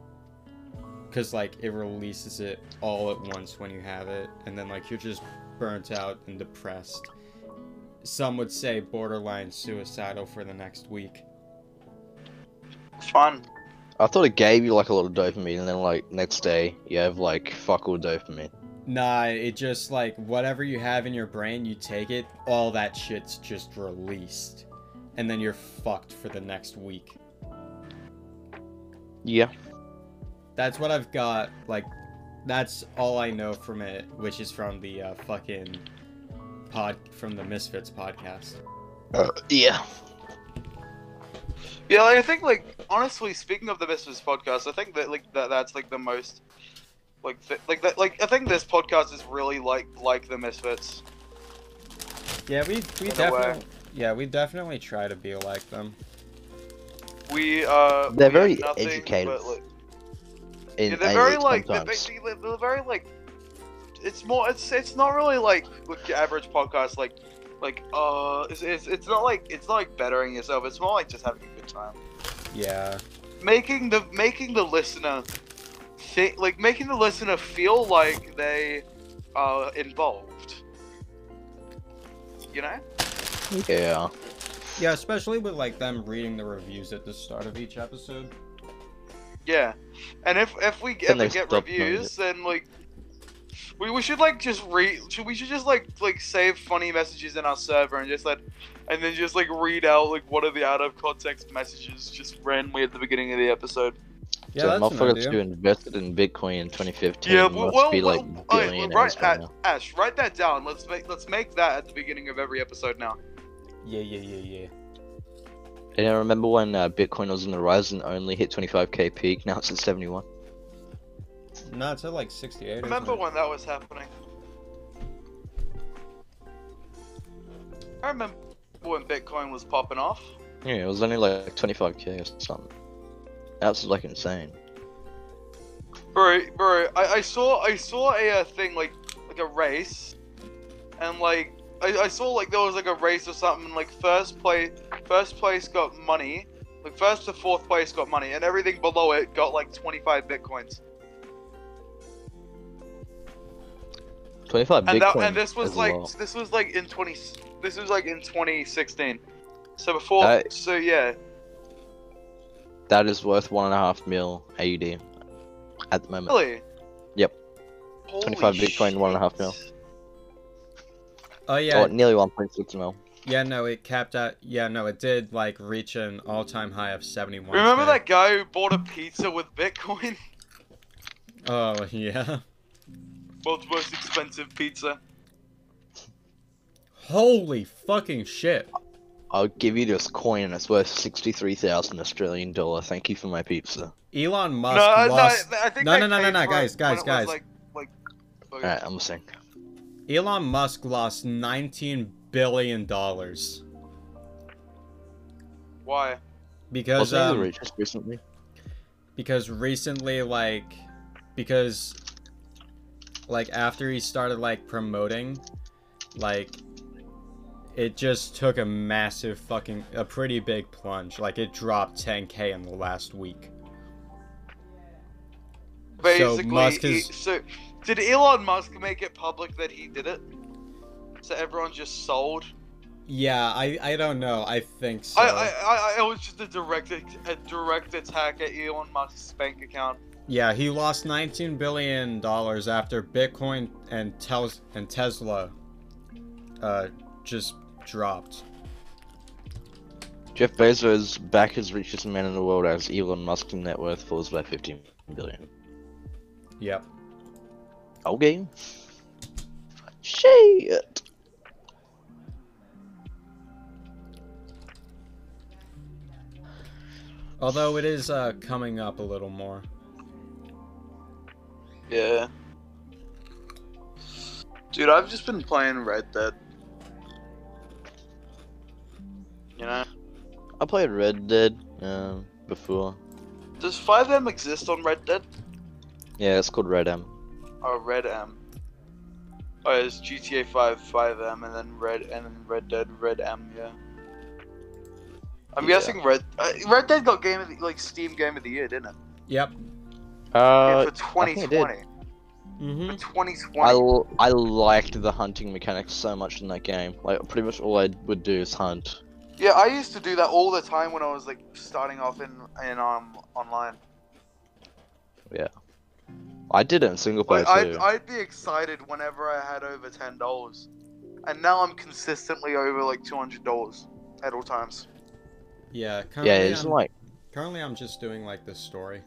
[SPEAKER 2] cuz like it releases it all at once when you have it and then like you're just burnt out and depressed. Some would say borderline suicidal for the next week.
[SPEAKER 1] Fun.
[SPEAKER 3] I thought it gave you like a lot of dopamine, and then like next day you have like fuck all dopamine.
[SPEAKER 2] Nah, it just like whatever you have in your brain, you take it, all that shit's just released. And then you're fucked for the next week.
[SPEAKER 3] Yeah.
[SPEAKER 2] That's what I've got. Like, that's all I know from it, which is from the uh, fucking pod from the Misfits podcast.
[SPEAKER 3] Uh, yeah.
[SPEAKER 1] Yeah, like, I think like honestly, speaking of the Misfits podcast, I think that like that, that's like the most like th- like that like I think this podcast is really like like the Misfits.
[SPEAKER 2] Yeah, we we
[SPEAKER 1] In a way.
[SPEAKER 2] definitely yeah we definitely try to be like them.
[SPEAKER 1] We uh
[SPEAKER 3] They're
[SPEAKER 1] we have
[SPEAKER 3] very
[SPEAKER 1] nothing but,
[SPEAKER 3] educative
[SPEAKER 1] like-
[SPEAKER 3] In,
[SPEAKER 1] yeah, they're
[SPEAKER 3] and
[SPEAKER 1] very
[SPEAKER 3] it's
[SPEAKER 1] like they're,
[SPEAKER 3] sometimes-
[SPEAKER 1] they- they- they're very like it's more it's it's not really like like your average podcast like like uh it's, it's it's not like it's not like bettering yourself. It's more like just having a good time.
[SPEAKER 2] Yeah,
[SPEAKER 1] making the making the listener think like making the listener feel like they are involved. You know?
[SPEAKER 3] yeah.
[SPEAKER 2] yeah, especially with like them reading the reviews at the start of each episode.
[SPEAKER 1] Yeah. And if if we if
[SPEAKER 3] Then
[SPEAKER 1] we
[SPEAKER 3] they
[SPEAKER 1] get
[SPEAKER 3] stop doing
[SPEAKER 1] reviews, then like we, we should like just read should we should just like like save funny messages in our server and just like and then just like read out like what are the out of context messages just randomly at the beginning of the episode.
[SPEAKER 2] Yeah,
[SPEAKER 3] so
[SPEAKER 2] that's an
[SPEAKER 3] motherfuckers who
[SPEAKER 2] idea.
[SPEAKER 3] invested in Bitcoin in 2015
[SPEAKER 1] Yeah, well,
[SPEAKER 3] must
[SPEAKER 1] well,
[SPEAKER 3] be like
[SPEAKER 1] well, alright, well,
[SPEAKER 3] billionaires
[SPEAKER 1] right,
[SPEAKER 3] by
[SPEAKER 1] Ash,
[SPEAKER 3] now.
[SPEAKER 1] Ash, write that down. Let's make let's make that at the beginning of every episode now.
[SPEAKER 2] Yeah, yeah, yeah, yeah.
[SPEAKER 3] And I remember when uh, Bitcoin was on the rise and only hit 25k peak. Now it's at 71.
[SPEAKER 2] No, it's at like sixty-eight. isn't
[SPEAKER 1] Remember
[SPEAKER 2] it?
[SPEAKER 1] when that was happening? I remember when Bitcoin was popping off.
[SPEAKER 3] Yeah, it was only like 25k or something. That's like insane.
[SPEAKER 1] Bro, bro, I, I saw I saw a uh, thing like like a race, and like I, I saw like there was like a race or something. And, like first place first place got money, like first to fourth place got money, and everything below it got like twenty five bitcoins.
[SPEAKER 3] 25
[SPEAKER 1] and that
[SPEAKER 3] Bitcoin.
[SPEAKER 1] and this was
[SPEAKER 3] is a
[SPEAKER 1] like
[SPEAKER 3] lot.
[SPEAKER 1] this was like in 20 this was like in 2016 so before
[SPEAKER 3] Uh,
[SPEAKER 1] so yeah
[SPEAKER 3] that is worth one and a half mil AUD at the moment.
[SPEAKER 1] really
[SPEAKER 3] Yep.
[SPEAKER 1] Holy
[SPEAKER 3] 25 Bitcoin, one and a half mil.
[SPEAKER 1] shit.
[SPEAKER 2] Oh yeah,
[SPEAKER 3] Or nearly 1.6 mil.
[SPEAKER 2] yeah. No, it capped out. Yeah, no, it did like reach an all-time high of seventy-one.
[SPEAKER 1] remember
[SPEAKER 2] today.
[SPEAKER 1] that guy who bought a pizza with bitcoin
[SPEAKER 2] Oh yeah.
[SPEAKER 1] world's most expensive pizza
[SPEAKER 2] Holy fucking shit.
[SPEAKER 3] I'll give you this coin and it's worth 63,000 Australian dollar. Thank you for my pizza.
[SPEAKER 2] Elon Musk
[SPEAKER 1] no, no,
[SPEAKER 2] lost.
[SPEAKER 1] I think
[SPEAKER 2] No,
[SPEAKER 1] they
[SPEAKER 2] no, no, no,
[SPEAKER 1] paid
[SPEAKER 2] no,
[SPEAKER 1] for it
[SPEAKER 2] guys,
[SPEAKER 1] when it
[SPEAKER 2] guys,
[SPEAKER 1] was,
[SPEAKER 2] guys.
[SPEAKER 1] like, like, like-
[SPEAKER 3] Alright, I'm listening.
[SPEAKER 2] Elon Musk lost 19 billion dollars
[SPEAKER 1] why
[SPEAKER 2] because
[SPEAKER 3] Wasn't he the
[SPEAKER 2] um,
[SPEAKER 3] richest recently?
[SPEAKER 2] because recently like because like after he started like promoting like it just took a massive fucking a pretty big plunge like it dropped 10k in the last week
[SPEAKER 1] basically
[SPEAKER 2] Musk
[SPEAKER 1] he-
[SPEAKER 2] is-
[SPEAKER 1] so did elon musk make it public that he did it so everyone just sold
[SPEAKER 2] yeah i i don't know i think so
[SPEAKER 1] I, I, I, I was just a direct a direct attack at Elon Musk's bank account.
[SPEAKER 2] Yeah, he lost 19 billion dollars after Bitcoin and Tes- and Tesla uh just dropped.
[SPEAKER 3] Jeff Bezos back as richest man in the world as Elon Musk's net worth falls by 15 billion.
[SPEAKER 2] Yep.
[SPEAKER 3] Okay. Shit.
[SPEAKER 2] Although it is uh coming up a little more.
[SPEAKER 1] Yeah. Dude, I've just been playing Red Dead. You know,
[SPEAKER 3] I played Red Dead um, before.
[SPEAKER 1] does Five M exist on Red Dead
[SPEAKER 3] Yeah, it's called Red M.
[SPEAKER 1] or Red M? Oh, it's GTA Five, Five M, and then Red, and then Red Dead, Red M. Yeah. I'm
[SPEAKER 3] Yeah.
[SPEAKER 1] guessing Red uh, Red Dead got game of the, like Steam Game of the Year, didn't it?
[SPEAKER 2] Yep.
[SPEAKER 1] yeah,
[SPEAKER 3] Uh,
[SPEAKER 1] for
[SPEAKER 3] I think it did.
[SPEAKER 1] 2020. For Mm-hmm.
[SPEAKER 2] Mhm.
[SPEAKER 1] 2020.
[SPEAKER 3] I, l- I liked the hunting mechanics so much in that game. Like, pretty much all I would do is hunt.
[SPEAKER 1] Yeah, I used to do that all the time when I was like starting off in in um online.
[SPEAKER 3] I did it in single player
[SPEAKER 1] Like, I'd,
[SPEAKER 3] too.
[SPEAKER 1] I'd be excited whenever I had over ten dollars, and now I'm consistently over like two hundred dollars at all times.
[SPEAKER 2] Yeah, currently
[SPEAKER 3] yeah, it's
[SPEAKER 2] I'm,
[SPEAKER 3] like
[SPEAKER 2] currently I'm just doing like this story.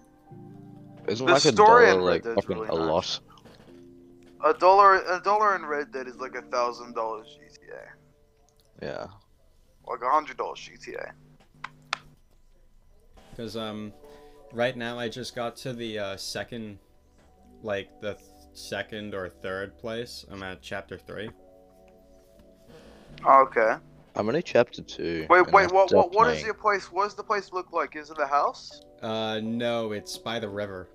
[SPEAKER 3] isn't
[SPEAKER 1] The
[SPEAKER 3] like a
[SPEAKER 1] story
[SPEAKER 3] dollar
[SPEAKER 1] in Red
[SPEAKER 3] like
[SPEAKER 1] Dead's
[SPEAKER 3] fucking
[SPEAKER 1] really
[SPEAKER 3] a
[SPEAKER 1] nice.
[SPEAKER 3] lot.
[SPEAKER 1] A dollar, a dollar in Red Dead is like a thousand dollars GTA,
[SPEAKER 3] Yeah.
[SPEAKER 1] like a hundred dollars GTA.
[SPEAKER 2] Because um, right now I just got to the uh, second, like the th- second or third place. I'm at chapter three.
[SPEAKER 3] Oh,
[SPEAKER 1] Okay.
[SPEAKER 3] I'm only chapter two.
[SPEAKER 1] Wait,
[SPEAKER 3] and I
[SPEAKER 1] wait. What,
[SPEAKER 3] stopped
[SPEAKER 1] what, what is
[SPEAKER 3] playing.
[SPEAKER 1] your place? What does the place look like? Is it a house?
[SPEAKER 2] Uh, no, it's by the river.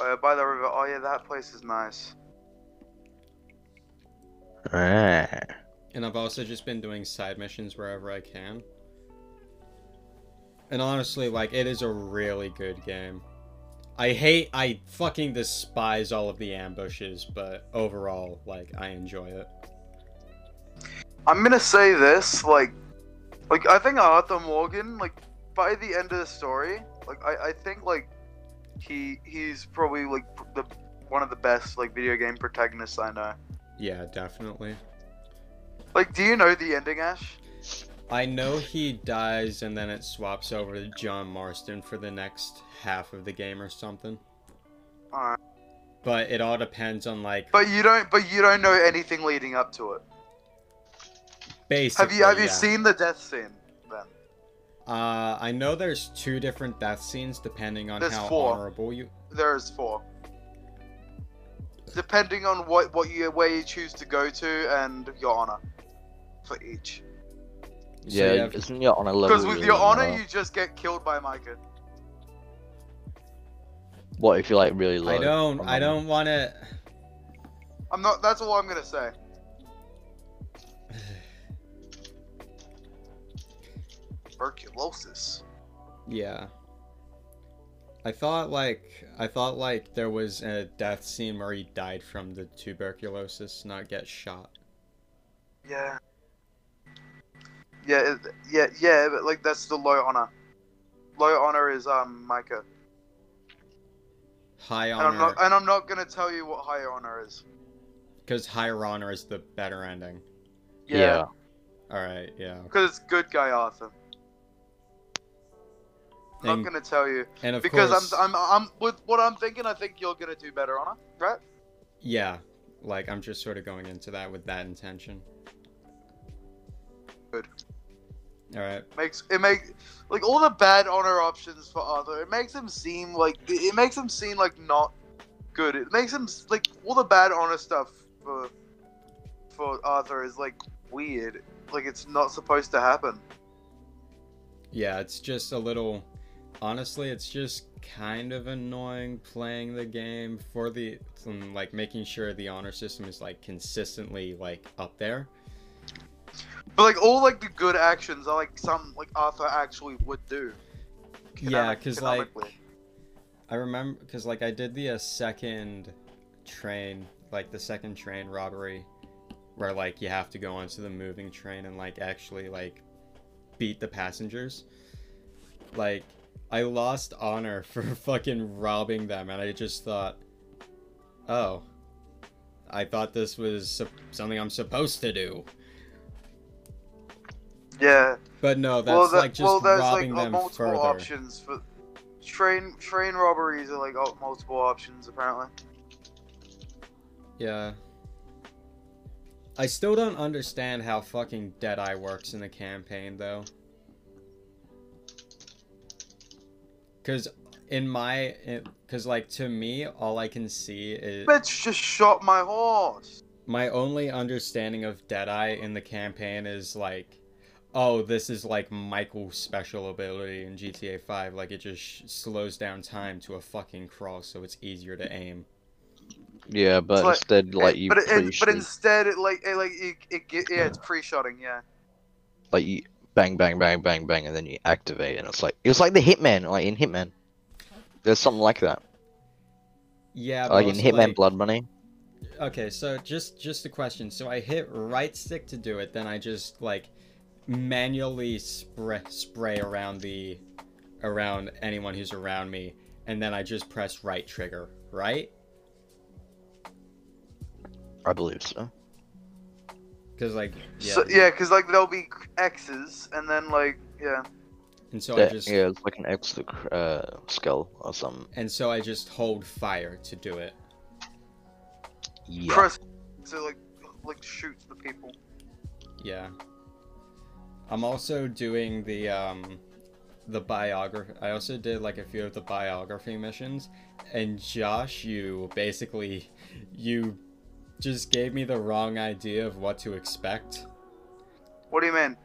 [SPEAKER 1] Uh, by the river. Oh yeah, that place is nice.
[SPEAKER 3] Ah.
[SPEAKER 2] And I've also just been doing side missions wherever I can. And honestly, like, it is a really good game. I hate, I fucking despise all of the ambushes, but overall, like, I enjoy it.
[SPEAKER 1] I'm gonna say this, like, like I think Arthur Morgan, like, by the end of the story, like I, I think like he he's probably like pr- the one of the best like video game protagonists I know.
[SPEAKER 2] Yeah, definitely.
[SPEAKER 1] Like, do you know the ending, Ash?
[SPEAKER 2] I know he dies and then it swaps over to John Marston for the next half of the game or something.
[SPEAKER 1] Alright.
[SPEAKER 2] But it all depends on, like,
[SPEAKER 1] But you don't. But you don't know anything leading up to it.
[SPEAKER 2] basically.
[SPEAKER 1] Have you Have you
[SPEAKER 2] yeah.
[SPEAKER 1] seen the death scene? Then
[SPEAKER 2] Uh, I know there's two different death scenes depending on
[SPEAKER 1] There's
[SPEAKER 2] how
[SPEAKER 1] four.
[SPEAKER 2] honorable you.
[SPEAKER 1] there is four. Depending on what what you where you choose to go to and your honor for each.
[SPEAKER 2] so
[SPEAKER 3] Yeah,
[SPEAKER 2] you have-
[SPEAKER 3] isn't your honor level?
[SPEAKER 1] Because with
[SPEAKER 3] really
[SPEAKER 1] your honor,
[SPEAKER 3] low?
[SPEAKER 1] you just get killed by Micah.
[SPEAKER 3] What if you're like really low?
[SPEAKER 2] I don't.
[SPEAKER 3] on
[SPEAKER 2] I
[SPEAKER 3] honor?
[SPEAKER 2] don't want to.
[SPEAKER 1] I'm not. That's all I'm gonna say. Tuberculosis.
[SPEAKER 2] Yeah. I thought like I thought like there was a death scene where he died from the tuberculosis, not get shot.
[SPEAKER 1] Yeah. Yeah. it- Yeah. Yeah. But like, that's the low honor. Low honor is um Micah,
[SPEAKER 2] High
[SPEAKER 1] and I'm
[SPEAKER 2] honor,
[SPEAKER 1] not. And I'm not gonna tell you what high honor is.
[SPEAKER 2] because higher honor is the better ending.
[SPEAKER 3] Yeah.
[SPEAKER 2] All right, yeah.
[SPEAKER 1] Because it's good guy Arthur. I'm
[SPEAKER 2] And-
[SPEAKER 1] not gonna tell you
[SPEAKER 2] And of
[SPEAKER 1] because
[SPEAKER 2] course,
[SPEAKER 1] I'm, I'm I'm with what I'm thinking. I think you're gonna do better honor, right?
[SPEAKER 2] yeah, like I'm just sort of going into that with that intention.
[SPEAKER 1] Good.
[SPEAKER 2] All right.
[SPEAKER 1] makes it make like all the bad honor options for Arthur. It makes him seem like it makes him seem like not good. It makes him s- like all the bad honor stuff for for Arthur is like weird. Like it's not supposed to happen.
[SPEAKER 2] Yeah, it's just a little. Honestly, it's just kind of annoying playing the game for the um, like making sure the honor system is like consistently like up there.
[SPEAKER 1] But like all like the good actions are like some like Arthur actually would do.
[SPEAKER 2] Yeah, 'cause, like,
[SPEAKER 1] economically.
[SPEAKER 2] I remember because like I did the uh, second train, like the second train robbery, where like you have to go onto the moving train and like actually like beat the passengers. Like I lost honor for fucking robbing them, and I just thought, oh, I thought this was sup- something I'm supposed to do.
[SPEAKER 1] yeah.
[SPEAKER 2] But no, that's
[SPEAKER 1] well, that,
[SPEAKER 2] like just
[SPEAKER 1] well, there's like
[SPEAKER 2] robbing
[SPEAKER 1] uh,
[SPEAKER 2] them
[SPEAKER 1] multiple
[SPEAKER 2] further.
[SPEAKER 1] options for train train robberies are like oh, multiple options apparently.
[SPEAKER 2] Yeah. I still don't understand how fucking Deadeye works in the campaign, though. Because in my. Because, like, to me, all I can see is.
[SPEAKER 1] Bitch just shot my horse.
[SPEAKER 2] My only understanding of Deadeye in the campaign is, like. Oh, this is like Michael's special ability in GTA 5. Like, it just sh- slows down time to a fucking crawl, so it's easier to aim.
[SPEAKER 3] Yeah, but
[SPEAKER 1] like-
[SPEAKER 3] instead, like
[SPEAKER 1] It-
[SPEAKER 3] you
[SPEAKER 1] but it, it-
[SPEAKER 3] pre-shoot,
[SPEAKER 1] but instead it like it like it, it, ge- yeah it's pre-shotting yeah
[SPEAKER 3] like you bang, bang, bang, bang, bang, and then you activate, and it's like it was like the Hitman, like in Hitman. There's something like that,
[SPEAKER 2] Yeah, but
[SPEAKER 3] like in
[SPEAKER 2] also,
[SPEAKER 3] Hitman
[SPEAKER 2] like-
[SPEAKER 3] Blood Money.
[SPEAKER 2] Okay, so just just a question. So I hit right stick to do it, then I just like manually spray spray around the around anyone who's around me, and then I just press right trigger, right?
[SPEAKER 3] I believe so.
[SPEAKER 2] Because like yeah,
[SPEAKER 1] so, yeah because like there'll be x's and then like yeah
[SPEAKER 2] and so I
[SPEAKER 3] Yeah,
[SPEAKER 2] just
[SPEAKER 3] yeah, it's like an extra cr- uh, skull or something.
[SPEAKER 2] and so I just hold fire to do it.
[SPEAKER 3] Yeah.
[SPEAKER 1] Press to like like shoot the people.
[SPEAKER 2] Yeah. I'm also doing the um the biography. I also did like a few of the biography missions and Josh you basically you just gave me the wrong idea of what to expect.
[SPEAKER 1] What do you mean?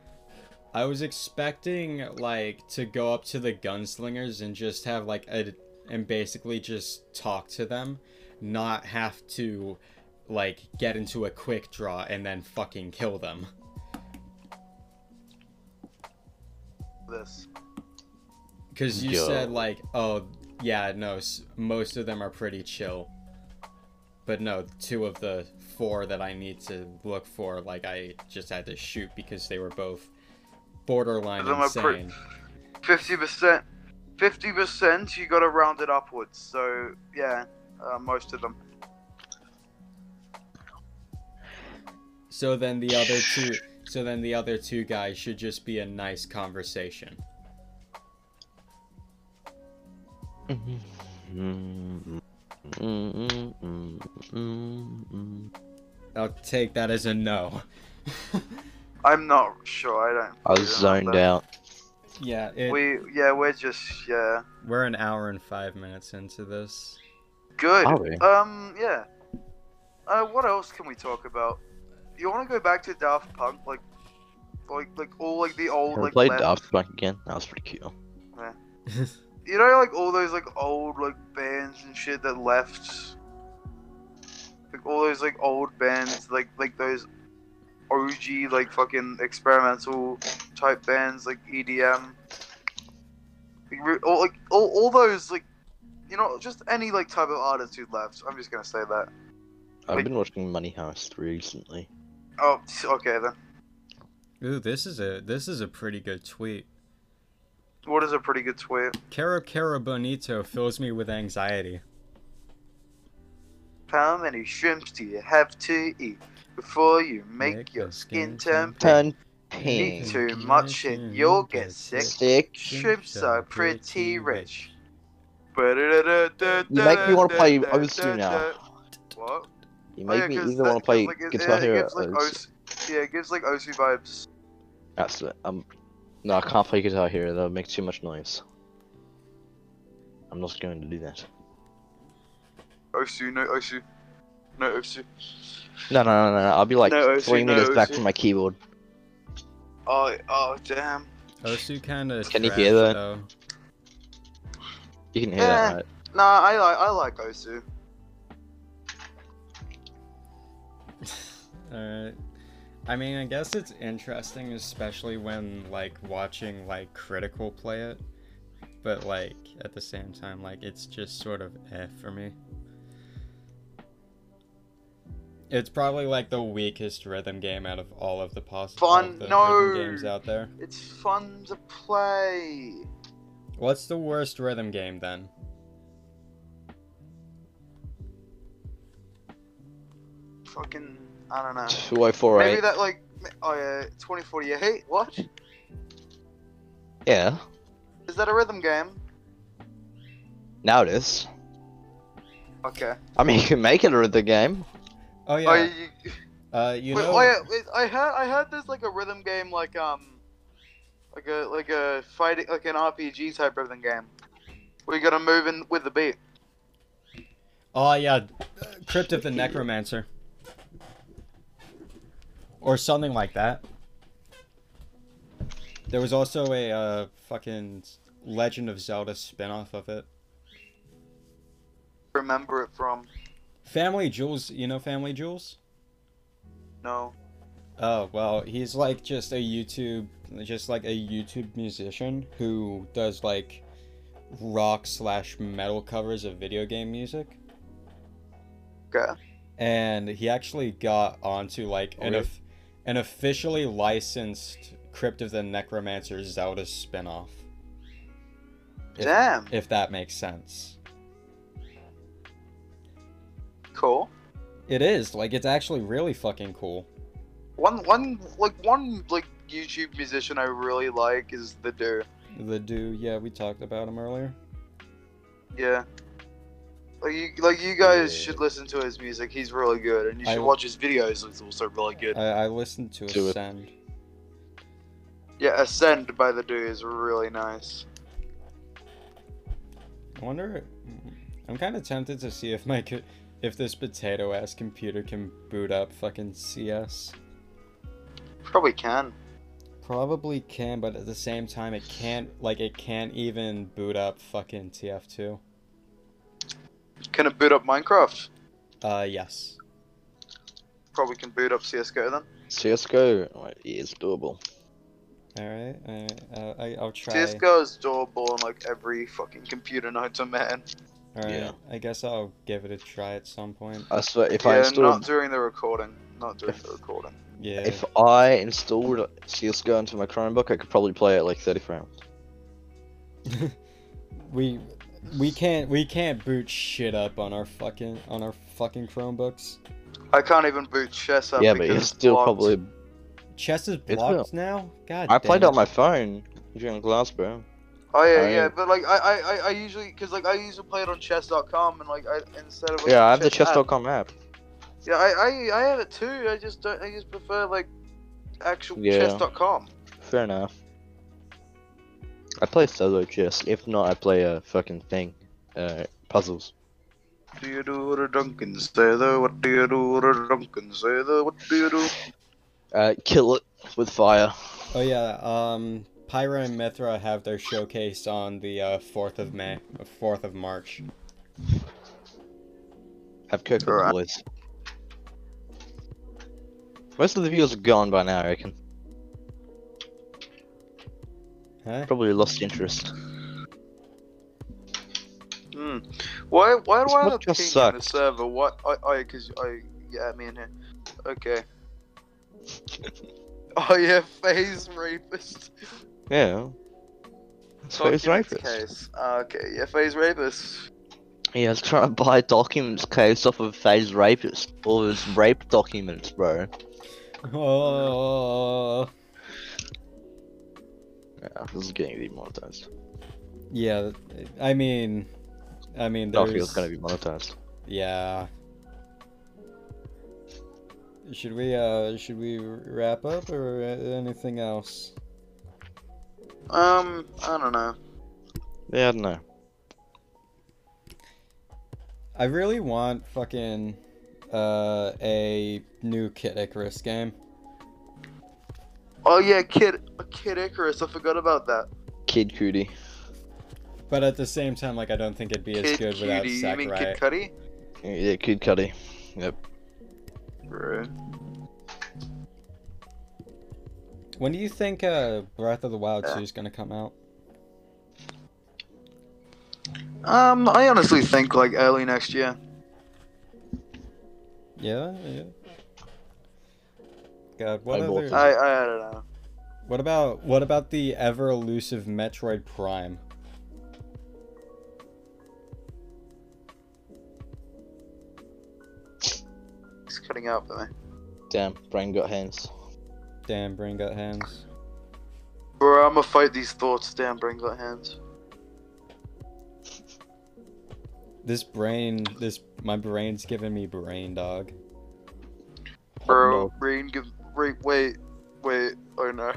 [SPEAKER 2] I was expecting like to go up to the gunslingers and just have like a and basically just talk to them, not have to like get into a quick draw and then fucking kill them.
[SPEAKER 1] This.
[SPEAKER 2] Because you
[SPEAKER 3] Yo.
[SPEAKER 2] said like, oh yeah, no, s- most of them are pretty chill. But no, two of the four that I need to look for, like I just had to shoot because they were both borderline
[SPEAKER 1] Them are pre-
[SPEAKER 2] insane.
[SPEAKER 1] Fifty percent. Fifty percent. You gotta round it upwards. So yeah, uh, most of them.
[SPEAKER 2] So then the other two, so then the other two guys should just be a nice conversation. I'll take that as a no.
[SPEAKER 1] I'm not sure. I don't.
[SPEAKER 3] I was zoned out.
[SPEAKER 2] yeah, it,
[SPEAKER 1] We yeah, we're just yeah.
[SPEAKER 2] we're an hour and five minutes into this.
[SPEAKER 1] Good.
[SPEAKER 3] Are we?
[SPEAKER 1] Um yeah. Uh, what else can we talk about? You want to go back to Daft Punk, like, like, like all like the old
[SPEAKER 3] Can we
[SPEAKER 1] like.
[SPEAKER 3] play
[SPEAKER 1] lem-
[SPEAKER 3] Daft Punk again? That was pretty cute.
[SPEAKER 1] You know, like all those like old like bands and shit that left. Like all those like old bands, like like those OG like fucking experimental type bands, like EDM. Like, re- all, like all, all those like, you know, just any like type of artist who left. I'm just gonna say that.
[SPEAKER 3] I've
[SPEAKER 1] Wait.
[SPEAKER 3] been watching Money Heist recently.
[SPEAKER 1] Oh, okay then.
[SPEAKER 2] Ooh, this is a this is a pretty good tweet.
[SPEAKER 1] What is a pretty good tweet?
[SPEAKER 2] Cara Cara Bonito fills me with anxiety.
[SPEAKER 1] How many shrimps do you have to eat before you make,
[SPEAKER 2] Make
[SPEAKER 1] your
[SPEAKER 2] the
[SPEAKER 1] skin
[SPEAKER 2] skin
[SPEAKER 1] turn
[SPEAKER 2] turn
[SPEAKER 1] pink?
[SPEAKER 3] Turn
[SPEAKER 1] Eat
[SPEAKER 3] pink.
[SPEAKER 1] too much and you'll get sick.
[SPEAKER 3] Sick.
[SPEAKER 1] Shrimps are pretty rich. You
[SPEAKER 3] You make me want to play O2 now.
[SPEAKER 1] What?
[SPEAKER 3] You
[SPEAKER 1] Oh,
[SPEAKER 3] make
[SPEAKER 1] yeah,
[SPEAKER 3] me
[SPEAKER 1] 'cause
[SPEAKER 3] either
[SPEAKER 1] that-
[SPEAKER 3] want to play
[SPEAKER 1] 'cause, like, it-
[SPEAKER 3] Guitar
[SPEAKER 1] it
[SPEAKER 3] Hero
[SPEAKER 1] gives, like,
[SPEAKER 3] or
[SPEAKER 1] O2 Yeah, it gives like OC vibes.
[SPEAKER 3] That's it. Um, no, I can't play Guitar Hero. That'll make too much noise. I'm not going to do that.
[SPEAKER 1] OC, no OC. No OC.
[SPEAKER 3] No, no, no, no. no. I'll be like
[SPEAKER 1] No, OC,
[SPEAKER 3] three
[SPEAKER 1] no,
[SPEAKER 3] meters back
[SPEAKER 1] OC.
[SPEAKER 3] from my keyboard.
[SPEAKER 1] Oh, oh, damn.
[SPEAKER 2] Osu kind of.
[SPEAKER 3] Can you hear that?
[SPEAKER 2] Though.
[SPEAKER 3] You can hear that,
[SPEAKER 1] Eh.
[SPEAKER 3] right?
[SPEAKER 1] Nah, I like I like OC.
[SPEAKER 2] Alright. I mean, I guess it's interesting, especially when like watching like critical play it, but like at the same time, like it's just sort of eh for me. It's probably like the weakest rhythm game out of all of the possible
[SPEAKER 1] Fun- no.
[SPEAKER 2] games out there.
[SPEAKER 1] It's fun to play.
[SPEAKER 2] What's the worst rhythm game then?
[SPEAKER 1] Fucking, I don't know.
[SPEAKER 3] 2048.
[SPEAKER 1] Maybe that like, oh yeah, 2048. What?
[SPEAKER 3] Yeah.
[SPEAKER 1] Is that a rhythm game?
[SPEAKER 3] Now it is.
[SPEAKER 1] Okay.
[SPEAKER 3] I mean, you can make it a the game.
[SPEAKER 1] Oh,
[SPEAKER 2] Oh yeah,
[SPEAKER 1] you,
[SPEAKER 2] uh, you
[SPEAKER 1] Wait,
[SPEAKER 2] know.
[SPEAKER 1] oh yeah, wait, I heard I heard there's like a rhythm game like um like a like a fighting like an RPG type rhythm game. Where you gotta move in with the beat.
[SPEAKER 2] Oh yeah, Crypt of the Necromancer, or something like that. There was also a uh, fucking Legend of Zelda spin-off of it.
[SPEAKER 1] Remember it from
[SPEAKER 2] Family Jewels, you know Family Jewels?
[SPEAKER 1] no.
[SPEAKER 2] Oh well, he's like just a YouTube, just like a YouTube musician who does like rock slash metal covers of video game music.
[SPEAKER 1] Okay.
[SPEAKER 2] and he actually got onto like
[SPEAKER 3] Oh,
[SPEAKER 2] an
[SPEAKER 3] really?
[SPEAKER 2] of, an officially licensed Crypt of the Necromancer Zelda spin-off. If,
[SPEAKER 1] Damn.
[SPEAKER 2] if that makes sense.
[SPEAKER 1] Cool.
[SPEAKER 2] It is, like it's actually really fucking cool.
[SPEAKER 1] One one like one like YouTube musician I really like is the dude.
[SPEAKER 2] The dude, yeah, we talked about him earlier.
[SPEAKER 1] Yeah. Like you, like you guys
[SPEAKER 2] Yeah.
[SPEAKER 1] should listen to his music. He's really good, and you
[SPEAKER 2] I-
[SPEAKER 1] should watch his videos. It's also really good.
[SPEAKER 2] I, I listened to
[SPEAKER 3] Do it.
[SPEAKER 2] Ascend.
[SPEAKER 1] yeah, Ascend by the Dude is really nice.
[SPEAKER 2] I wonder. I'm kind of tempted to see if my co- if this potato ass computer can boot up fucking CS.
[SPEAKER 1] Probably can.
[SPEAKER 2] Probably can, but at the same time, it can't. Like it can't even boot up fucking TF2.
[SPEAKER 1] Can it boot up Minecraft?
[SPEAKER 2] Uh, yes.
[SPEAKER 1] Probably can boot up CS:GO then.
[SPEAKER 3] CS:GO like, oh, yeah, it's doable.
[SPEAKER 2] All right. All right. Uh, I, I'll try.
[SPEAKER 1] CS:GO is doable on like every fucking computer known to man.
[SPEAKER 2] All right.
[SPEAKER 3] Yeah.
[SPEAKER 2] I guess I'll give it a try at some point.
[SPEAKER 3] I swear, if I
[SPEAKER 1] yeah,
[SPEAKER 3] installed
[SPEAKER 1] not during the recording. Not during the recording.
[SPEAKER 2] Yeah.
[SPEAKER 3] if I installed CS:GO into my Chromebook, I could probably play it like 30 frames.
[SPEAKER 2] we we can't we can't boot shit up on our fucking on our fucking Chromebooks.
[SPEAKER 1] I can't even boot chess up.
[SPEAKER 3] yeah, but
[SPEAKER 1] because
[SPEAKER 3] it's still
[SPEAKER 1] blocked.
[SPEAKER 3] probably.
[SPEAKER 2] Chess is
[SPEAKER 3] It's
[SPEAKER 2] blocked now. God.
[SPEAKER 3] I played
[SPEAKER 2] damn
[SPEAKER 3] on
[SPEAKER 2] it.
[SPEAKER 3] my phone during Glasgow.
[SPEAKER 1] Oh yeah,
[SPEAKER 3] I-
[SPEAKER 1] yeah, but like I, I, I- I usually because like I used to play it on Chess.com and like I instead of like,
[SPEAKER 3] Yeah, I have the
[SPEAKER 1] app.
[SPEAKER 3] chess.com app.
[SPEAKER 1] Yeah, I, I, I have it too. I just don't. I just prefer like actual
[SPEAKER 3] Yeah.
[SPEAKER 1] Chess.com.
[SPEAKER 3] Fair enough. I play solo chess. If not, I play a fucking thing. Uh, puzzles.
[SPEAKER 1] Do you do what a Duncan say though? What do you do what a Duncan say though? What do you do?
[SPEAKER 3] Uh, kill it with fire.
[SPEAKER 2] Oh yeah, um, Pyra and Mithra have their showcase on the uh, fourth of May, fourth of March.
[SPEAKER 3] Have coke with the
[SPEAKER 1] Alright.
[SPEAKER 3] boys. Most of the viewers are gone by now, I reckon.
[SPEAKER 2] Huh?
[SPEAKER 3] Probably lost interest.
[SPEAKER 1] Hmm. Why why do
[SPEAKER 3] This
[SPEAKER 1] I have a ping in
[SPEAKER 3] podcast
[SPEAKER 1] the
[SPEAKER 3] sucks.
[SPEAKER 1] server? What? I I because I yeah me in here. Okay. oh yeah, phase rapist.
[SPEAKER 3] Yeah. That's what he's
[SPEAKER 1] Documents
[SPEAKER 3] rapist.
[SPEAKER 1] Case. Ah, okay, yeah, phase rapist.
[SPEAKER 3] He was trying to buy documents case off of Faye's rapist. All his rape documents, bro.
[SPEAKER 2] Oh,
[SPEAKER 3] Yeah, this is getting demonetized.
[SPEAKER 2] yeah. I mean, I mean,
[SPEAKER 3] Dark
[SPEAKER 2] there's.
[SPEAKER 3] Feel's gonna be monetized.
[SPEAKER 2] Yeah. Should we uh should we wrap up or anything else?
[SPEAKER 1] Um, I don't know.
[SPEAKER 3] Yeah, I don't know.
[SPEAKER 2] I really want fucking uh a new Kid Icarus game.
[SPEAKER 1] Oh yeah, kid, kid Icarus. I forgot about that.
[SPEAKER 3] Kid Cootie.
[SPEAKER 2] But at the same time, like I don't think it'd be as
[SPEAKER 1] Kid
[SPEAKER 2] good without
[SPEAKER 1] Cutie. You mean
[SPEAKER 2] Sakurai.
[SPEAKER 1] Kid Cudi?
[SPEAKER 3] Yeah, Kid Cuddy. Yep.
[SPEAKER 1] Bro.
[SPEAKER 2] When do you think uh, Breath of the Wild 2 is going to come out?
[SPEAKER 1] Um, I honestly think like early next year.
[SPEAKER 2] Yeah, yeah. God, what
[SPEAKER 3] I bought
[SPEAKER 2] other,
[SPEAKER 3] it.
[SPEAKER 1] I I don't know.
[SPEAKER 2] What about what about the ever elusive Metroid Prime?
[SPEAKER 1] It's cutting out for me.
[SPEAKER 3] Damn, brain got hands.
[SPEAKER 2] Damn, brain got hands.
[SPEAKER 1] Bro, I'ma fight these thoughts. Damn, bring that hands.
[SPEAKER 2] This brain, this my brain's giving me brain dog.
[SPEAKER 1] Bro,
[SPEAKER 3] no.
[SPEAKER 1] brain give. Wait, wait, wait. Oh no.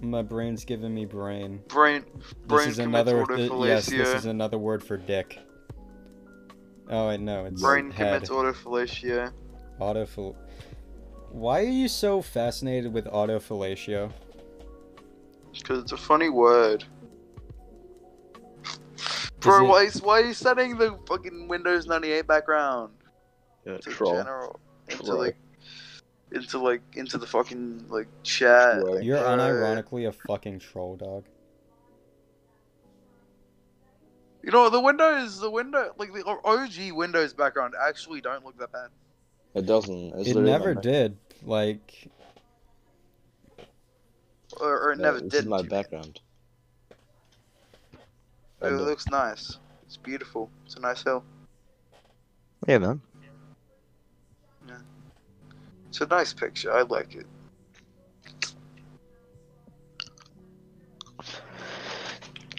[SPEAKER 2] My brain's giving me brain.
[SPEAKER 1] Brain.
[SPEAKER 2] This
[SPEAKER 1] Brain
[SPEAKER 2] is another
[SPEAKER 1] commits
[SPEAKER 2] thi-
[SPEAKER 1] autofilasia.
[SPEAKER 2] yes. This is another word for dick. Oh, I know it's
[SPEAKER 1] brain
[SPEAKER 2] head.
[SPEAKER 1] commits autofilasia.
[SPEAKER 2] Autofil- Why are you so fascinated with autofilatio?
[SPEAKER 1] Cause it's a funny word. Bro,
[SPEAKER 2] it-
[SPEAKER 1] why is, why are you setting the fucking Windows 98 background?
[SPEAKER 3] Yeah,
[SPEAKER 1] into
[SPEAKER 3] troll.
[SPEAKER 1] general into
[SPEAKER 3] Troll.
[SPEAKER 1] like into like into the fucking like chat.
[SPEAKER 3] Troll.
[SPEAKER 2] You're
[SPEAKER 1] Uh,
[SPEAKER 2] unironically a fucking troll dog.
[SPEAKER 1] You know the Windows, the window like the OG Windows background actually don't look that bad.
[SPEAKER 3] It doesn't. It's
[SPEAKER 2] It
[SPEAKER 3] literally
[SPEAKER 2] never
[SPEAKER 3] my-
[SPEAKER 2] did. Like,
[SPEAKER 1] Or, or it
[SPEAKER 3] no,
[SPEAKER 1] never
[SPEAKER 3] this
[SPEAKER 1] did.
[SPEAKER 3] is my
[SPEAKER 1] to me.
[SPEAKER 3] background.
[SPEAKER 1] It
[SPEAKER 3] And, uh,
[SPEAKER 1] looks nice. It's beautiful. It's a nice hill.
[SPEAKER 3] Yeah, man.
[SPEAKER 1] It's a nice picture. I like it.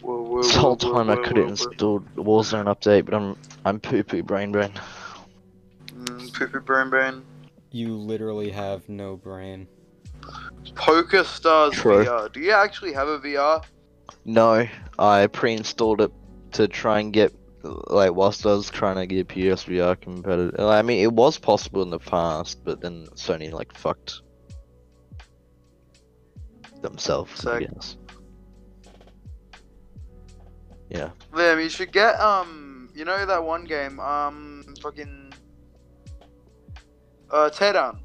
[SPEAKER 1] Whoa, whoa, whoa,
[SPEAKER 3] whole
[SPEAKER 4] whoa,
[SPEAKER 3] time I
[SPEAKER 4] whoa,
[SPEAKER 3] could
[SPEAKER 4] whoa,
[SPEAKER 3] have
[SPEAKER 4] whoa.
[SPEAKER 3] installed Warzone update, but I'm I'm poo poo brain brain.
[SPEAKER 4] Mm, poopy brain brain.
[SPEAKER 2] You literally have no brain.
[SPEAKER 1] Poker Stars
[SPEAKER 3] True.
[SPEAKER 1] VR. Do you actually have a VR?
[SPEAKER 3] No, I pre-installed it to try and get like whilst I was trying to get PSVR competitive. I mean, it was possible in the past, but then Sony like fucked themselves. I
[SPEAKER 4] Sick.
[SPEAKER 3] guess.
[SPEAKER 1] Liam, you should get um, you know that one game um, fucking uh, Teardown.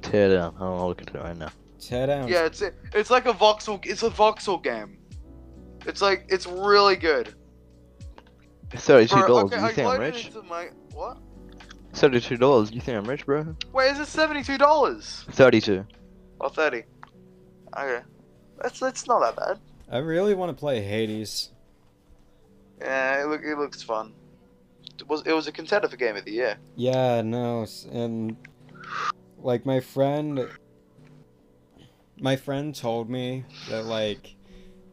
[SPEAKER 3] Tear down. I don't look at it right now.
[SPEAKER 2] Ted Adams.
[SPEAKER 1] Yeah, it's it's like a voxel. It's a voxel game. It's like it's really good.
[SPEAKER 3] Thirty-two
[SPEAKER 1] Bro,
[SPEAKER 3] dollars.
[SPEAKER 1] okay,
[SPEAKER 3] you
[SPEAKER 1] I
[SPEAKER 3] think I'm
[SPEAKER 1] loaded it
[SPEAKER 3] rich?
[SPEAKER 1] into my- what?
[SPEAKER 3] Thirty-two dollars. You think I'm rich, bro?
[SPEAKER 1] Wait, is it seventy two dollars?
[SPEAKER 3] Thirty-two.
[SPEAKER 1] Or Oh, thirty? Okay, that's that's not that bad.
[SPEAKER 2] I really want to play Hades.
[SPEAKER 1] Yeah, it, look, it looks fun. It was it was a contender for game of the year.
[SPEAKER 2] Yeah, no, s- and like my friend, my friend told me that like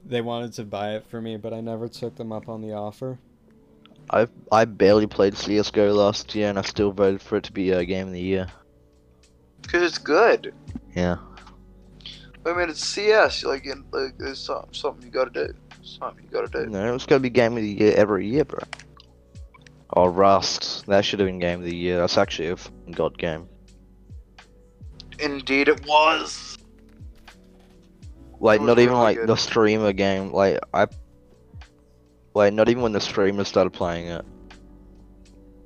[SPEAKER 2] they wanted to buy it for me, but I never took them up on the offer.
[SPEAKER 3] I I barely played CS:GO last year, and I still voted for it to be a game of the year.
[SPEAKER 1] Cause it's good.
[SPEAKER 3] Yeah.
[SPEAKER 1] I mean, it's CS. Like, in, like it's some- something you gotta do. Something you gotta do.
[SPEAKER 3] No, it's gonna be game of the year every year, bro. Oh, Rust. That should have been game of the year. That's actually a fucking god game.
[SPEAKER 1] Indeed, it was.
[SPEAKER 3] Like,
[SPEAKER 1] was
[SPEAKER 3] not even
[SPEAKER 1] really
[SPEAKER 3] like
[SPEAKER 1] good.
[SPEAKER 3] the streamer game. Like, I. Like, not even when the streamer started playing it.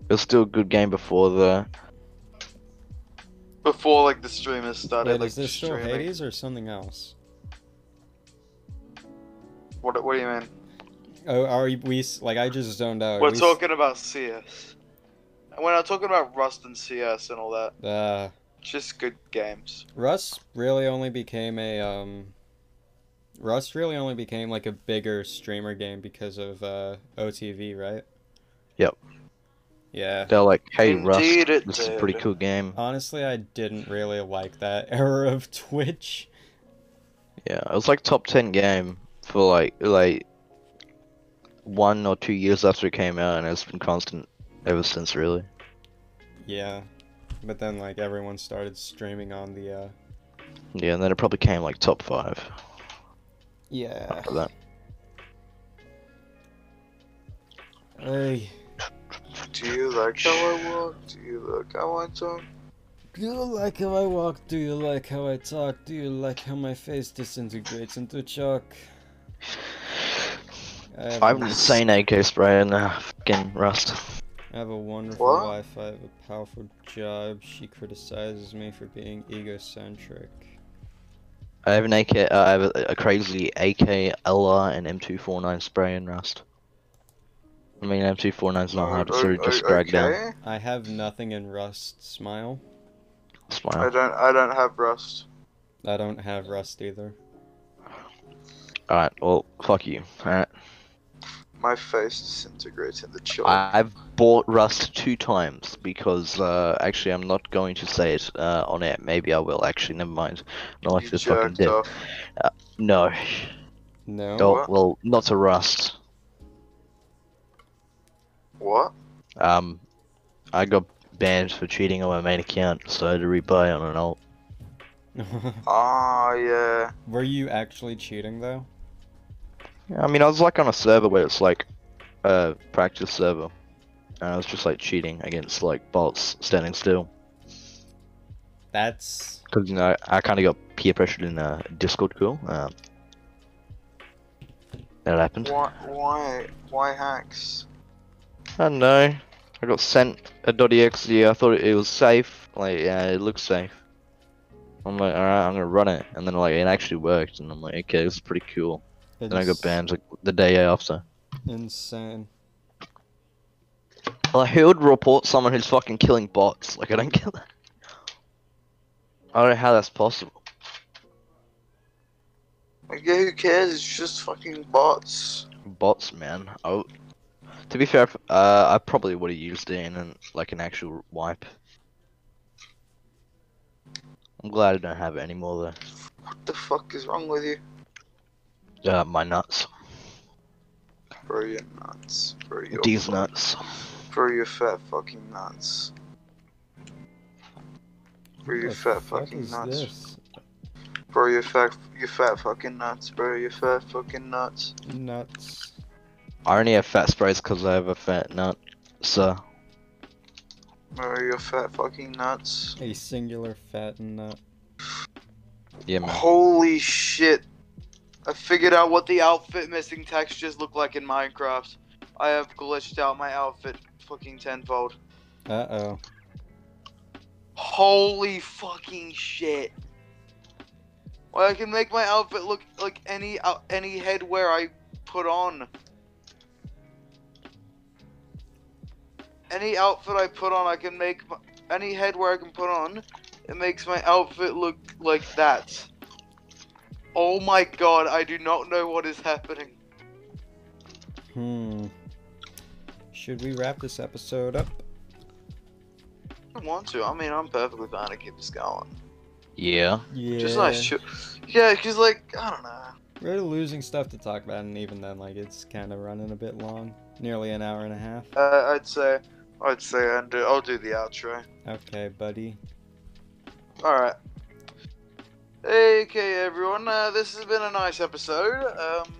[SPEAKER 3] It was still a good game before the.
[SPEAKER 1] Before like the streamers started
[SPEAKER 2] Wait,
[SPEAKER 1] like
[SPEAKER 2] is this still
[SPEAKER 1] streaming.
[SPEAKER 2] Hades or something else?
[SPEAKER 1] What, what do you mean?
[SPEAKER 2] Oh, are we s- like I just zoned out. Are
[SPEAKER 1] We're
[SPEAKER 2] we s-
[SPEAKER 1] talking about CS. We're not talking about Rust and CS and all that.
[SPEAKER 2] Uh,
[SPEAKER 1] Just good games.
[SPEAKER 2] Rust really only became a um Rust really only became like a bigger streamer game because of uh OTV, right?
[SPEAKER 3] Yep.
[SPEAKER 2] Yeah.
[SPEAKER 3] They're like, hey,
[SPEAKER 1] Indeed
[SPEAKER 3] Rust.
[SPEAKER 1] it
[SPEAKER 3] This is a pretty
[SPEAKER 1] did.
[SPEAKER 3] cool game.
[SPEAKER 2] Honestly, I didn't really like that era of Twitch.
[SPEAKER 3] Yeah, it was like top ten game for like like one or two years after it came out, and it's been constant ever since, really.
[SPEAKER 2] Yeah. But then like everyone started streaming on the uh
[SPEAKER 3] Yeah, and then it probably came like top five
[SPEAKER 2] Yeah.
[SPEAKER 3] after that.
[SPEAKER 2] Hey.
[SPEAKER 1] Do you like how I walk? Do you like how I talk?
[SPEAKER 2] Do you like how I walk? Do you like how I talk? Do you like how my face disintegrates into chalk? I have
[SPEAKER 3] I'm
[SPEAKER 2] a-
[SPEAKER 3] insane AK spray and uh, fucking rust.
[SPEAKER 2] I have a wonderful
[SPEAKER 1] What?
[SPEAKER 2] wife. I have a powerful job. She criticizes me for being egocentric.
[SPEAKER 3] I have an AK. Uh, I have a, a crazy AK LR and M249 spray and rust. I mean M249's not hard, so just drag down.
[SPEAKER 1] Oh, okay.
[SPEAKER 2] I have nothing in Rust. Smile.
[SPEAKER 1] I
[SPEAKER 3] Smile.
[SPEAKER 1] don't. I don't have Rust.
[SPEAKER 2] I don't have Rust either.
[SPEAKER 3] Alright, well, fuck you. Alright.
[SPEAKER 1] My face disintegrates in the chill.
[SPEAKER 3] I- I've bought Rust two times because uh, actually I'm not going to say it uh, on air. Maybe I will. Actually, never mind. Not like
[SPEAKER 1] you
[SPEAKER 3] this fucking
[SPEAKER 1] jerked
[SPEAKER 3] dick.
[SPEAKER 1] off.
[SPEAKER 3] No.
[SPEAKER 2] No.
[SPEAKER 3] Oh
[SPEAKER 1] what?
[SPEAKER 3] well, not to Rust.
[SPEAKER 1] What?
[SPEAKER 3] Um, I got banned for cheating on my main account, so I had to rebuy on an alt.
[SPEAKER 1] Ah, yeah.
[SPEAKER 2] Were you actually cheating though?
[SPEAKER 3] I mean, I was like on a server where it's like a practice server, and I was just like cheating against like bots standing still.
[SPEAKER 2] That's
[SPEAKER 3] Cause you know I kind of got peer pressured in a Discord call. Um, that happened.
[SPEAKER 1] Why? Why? Why hacks?
[SPEAKER 3] I don't know. I got sent a .exe. I thought it was safe. Like, yeah, it looks safe. I'm like, all right, I'm gonna run it, and then like it actually worked, and I'm like, okay, this is pretty cool. Then I got
[SPEAKER 2] ins-
[SPEAKER 3] banned like the day after.
[SPEAKER 2] Insane.
[SPEAKER 3] Like, who would report someone who's fucking killing bots? Like, I don't get that. I don't know how that's possible.
[SPEAKER 1] Like, yeah, who cares? It's just fucking bots.
[SPEAKER 3] Bots, man. I w to be fair, uh, I probably would have used it in an, like an actual wipe. I'm glad I don't have it anymore though.
[SPEAKER 1] What the fuck is wrong with you?
[SPEAKER 3] Uh, my nuts.
[SPEAKER 4] for your nuts, for your
[SPEAKER 3] These
[SPEAKER 4] fu-
[SPEAKER 3] nuts.
[SPEAKER 4] for your fat fucking nuts, for your
[SPEAKER 2] What the
[SPEAKER 4] fat
[SPEAKER 2] fuck
[SPEAKER 4] fucking
[SPEAKER 2] is
[SPEAKER 4] nuts,
[SPEAKER 2] this?
[SPEAKER 4] for your fat your fat fucking nuts, bro, your fat fucking nuts.
[SPEAKER 2] Nuts.
[SPEAKER 3] I only have fat sprays because I have a fat nut. So
[SPEAKER 4] Bro, your fat fucking nuts.
[SPEAKER 2] A singular fat nut.
[SPEAKER 3] yeah,
[SPEAKER 1] Oh.
[SPEAKER 3] man.
[SPEAKER 1] Holy shit. I figured out what the outfit missing textures look like in Minecraft. I have glitched out my outfit fucking tenfold.
[SPEAKER 2] Uh oh.
[SPEAKER 1] Holy fucking shit. Well, I can make my outfit look like any out any headwear I put on. Any outfit I put on, I can make my, any headwear I can put on. It makes my outfit look like that. Oh my god, I do not know what is happening.
[SPEAKER 2] Hmm. Should we wrap this episode up?
[SPEAKER 1] I want to. I mean, I'm perfectly fine to keep this going.
[SPEAKER 3] Yeah.
[SPEAKER 2] Yeah.
[SPEAKER 1] Just nice. Ch- yeah, because like I don't know.
[SPEAKER 2] We're losing stuff to talk about, and even then, like, it's kind of running a bit long. Nearly an hour and a half.
[SPEAKER 1] Uh, I'd say
[SPEAKER 4] I'd say I'd do, I'll do the outro.
[SPEAKER 2] Okay, buddy.
[SPEAKER 1] Alright. Okay, everyone. Uh, this has been a nice episode. Um,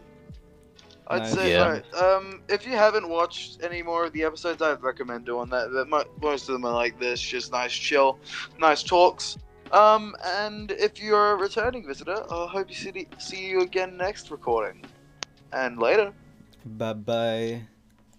[SPEAKER 1] I'd
[SPEAKER 2] Nice.
[SPEAKER 1] say,
[SPEAKER 3] Yeah.
[SPEAKER 1] alright, um, if you haven't watched any more of the episodes, I'd recommend doing that. that mo- most of them are like this, just nice chill, nice talks. Um, and if you're a returning visitor, I hope you see, see you again next recording. And later.
[SPEAKER 2] Bye bye.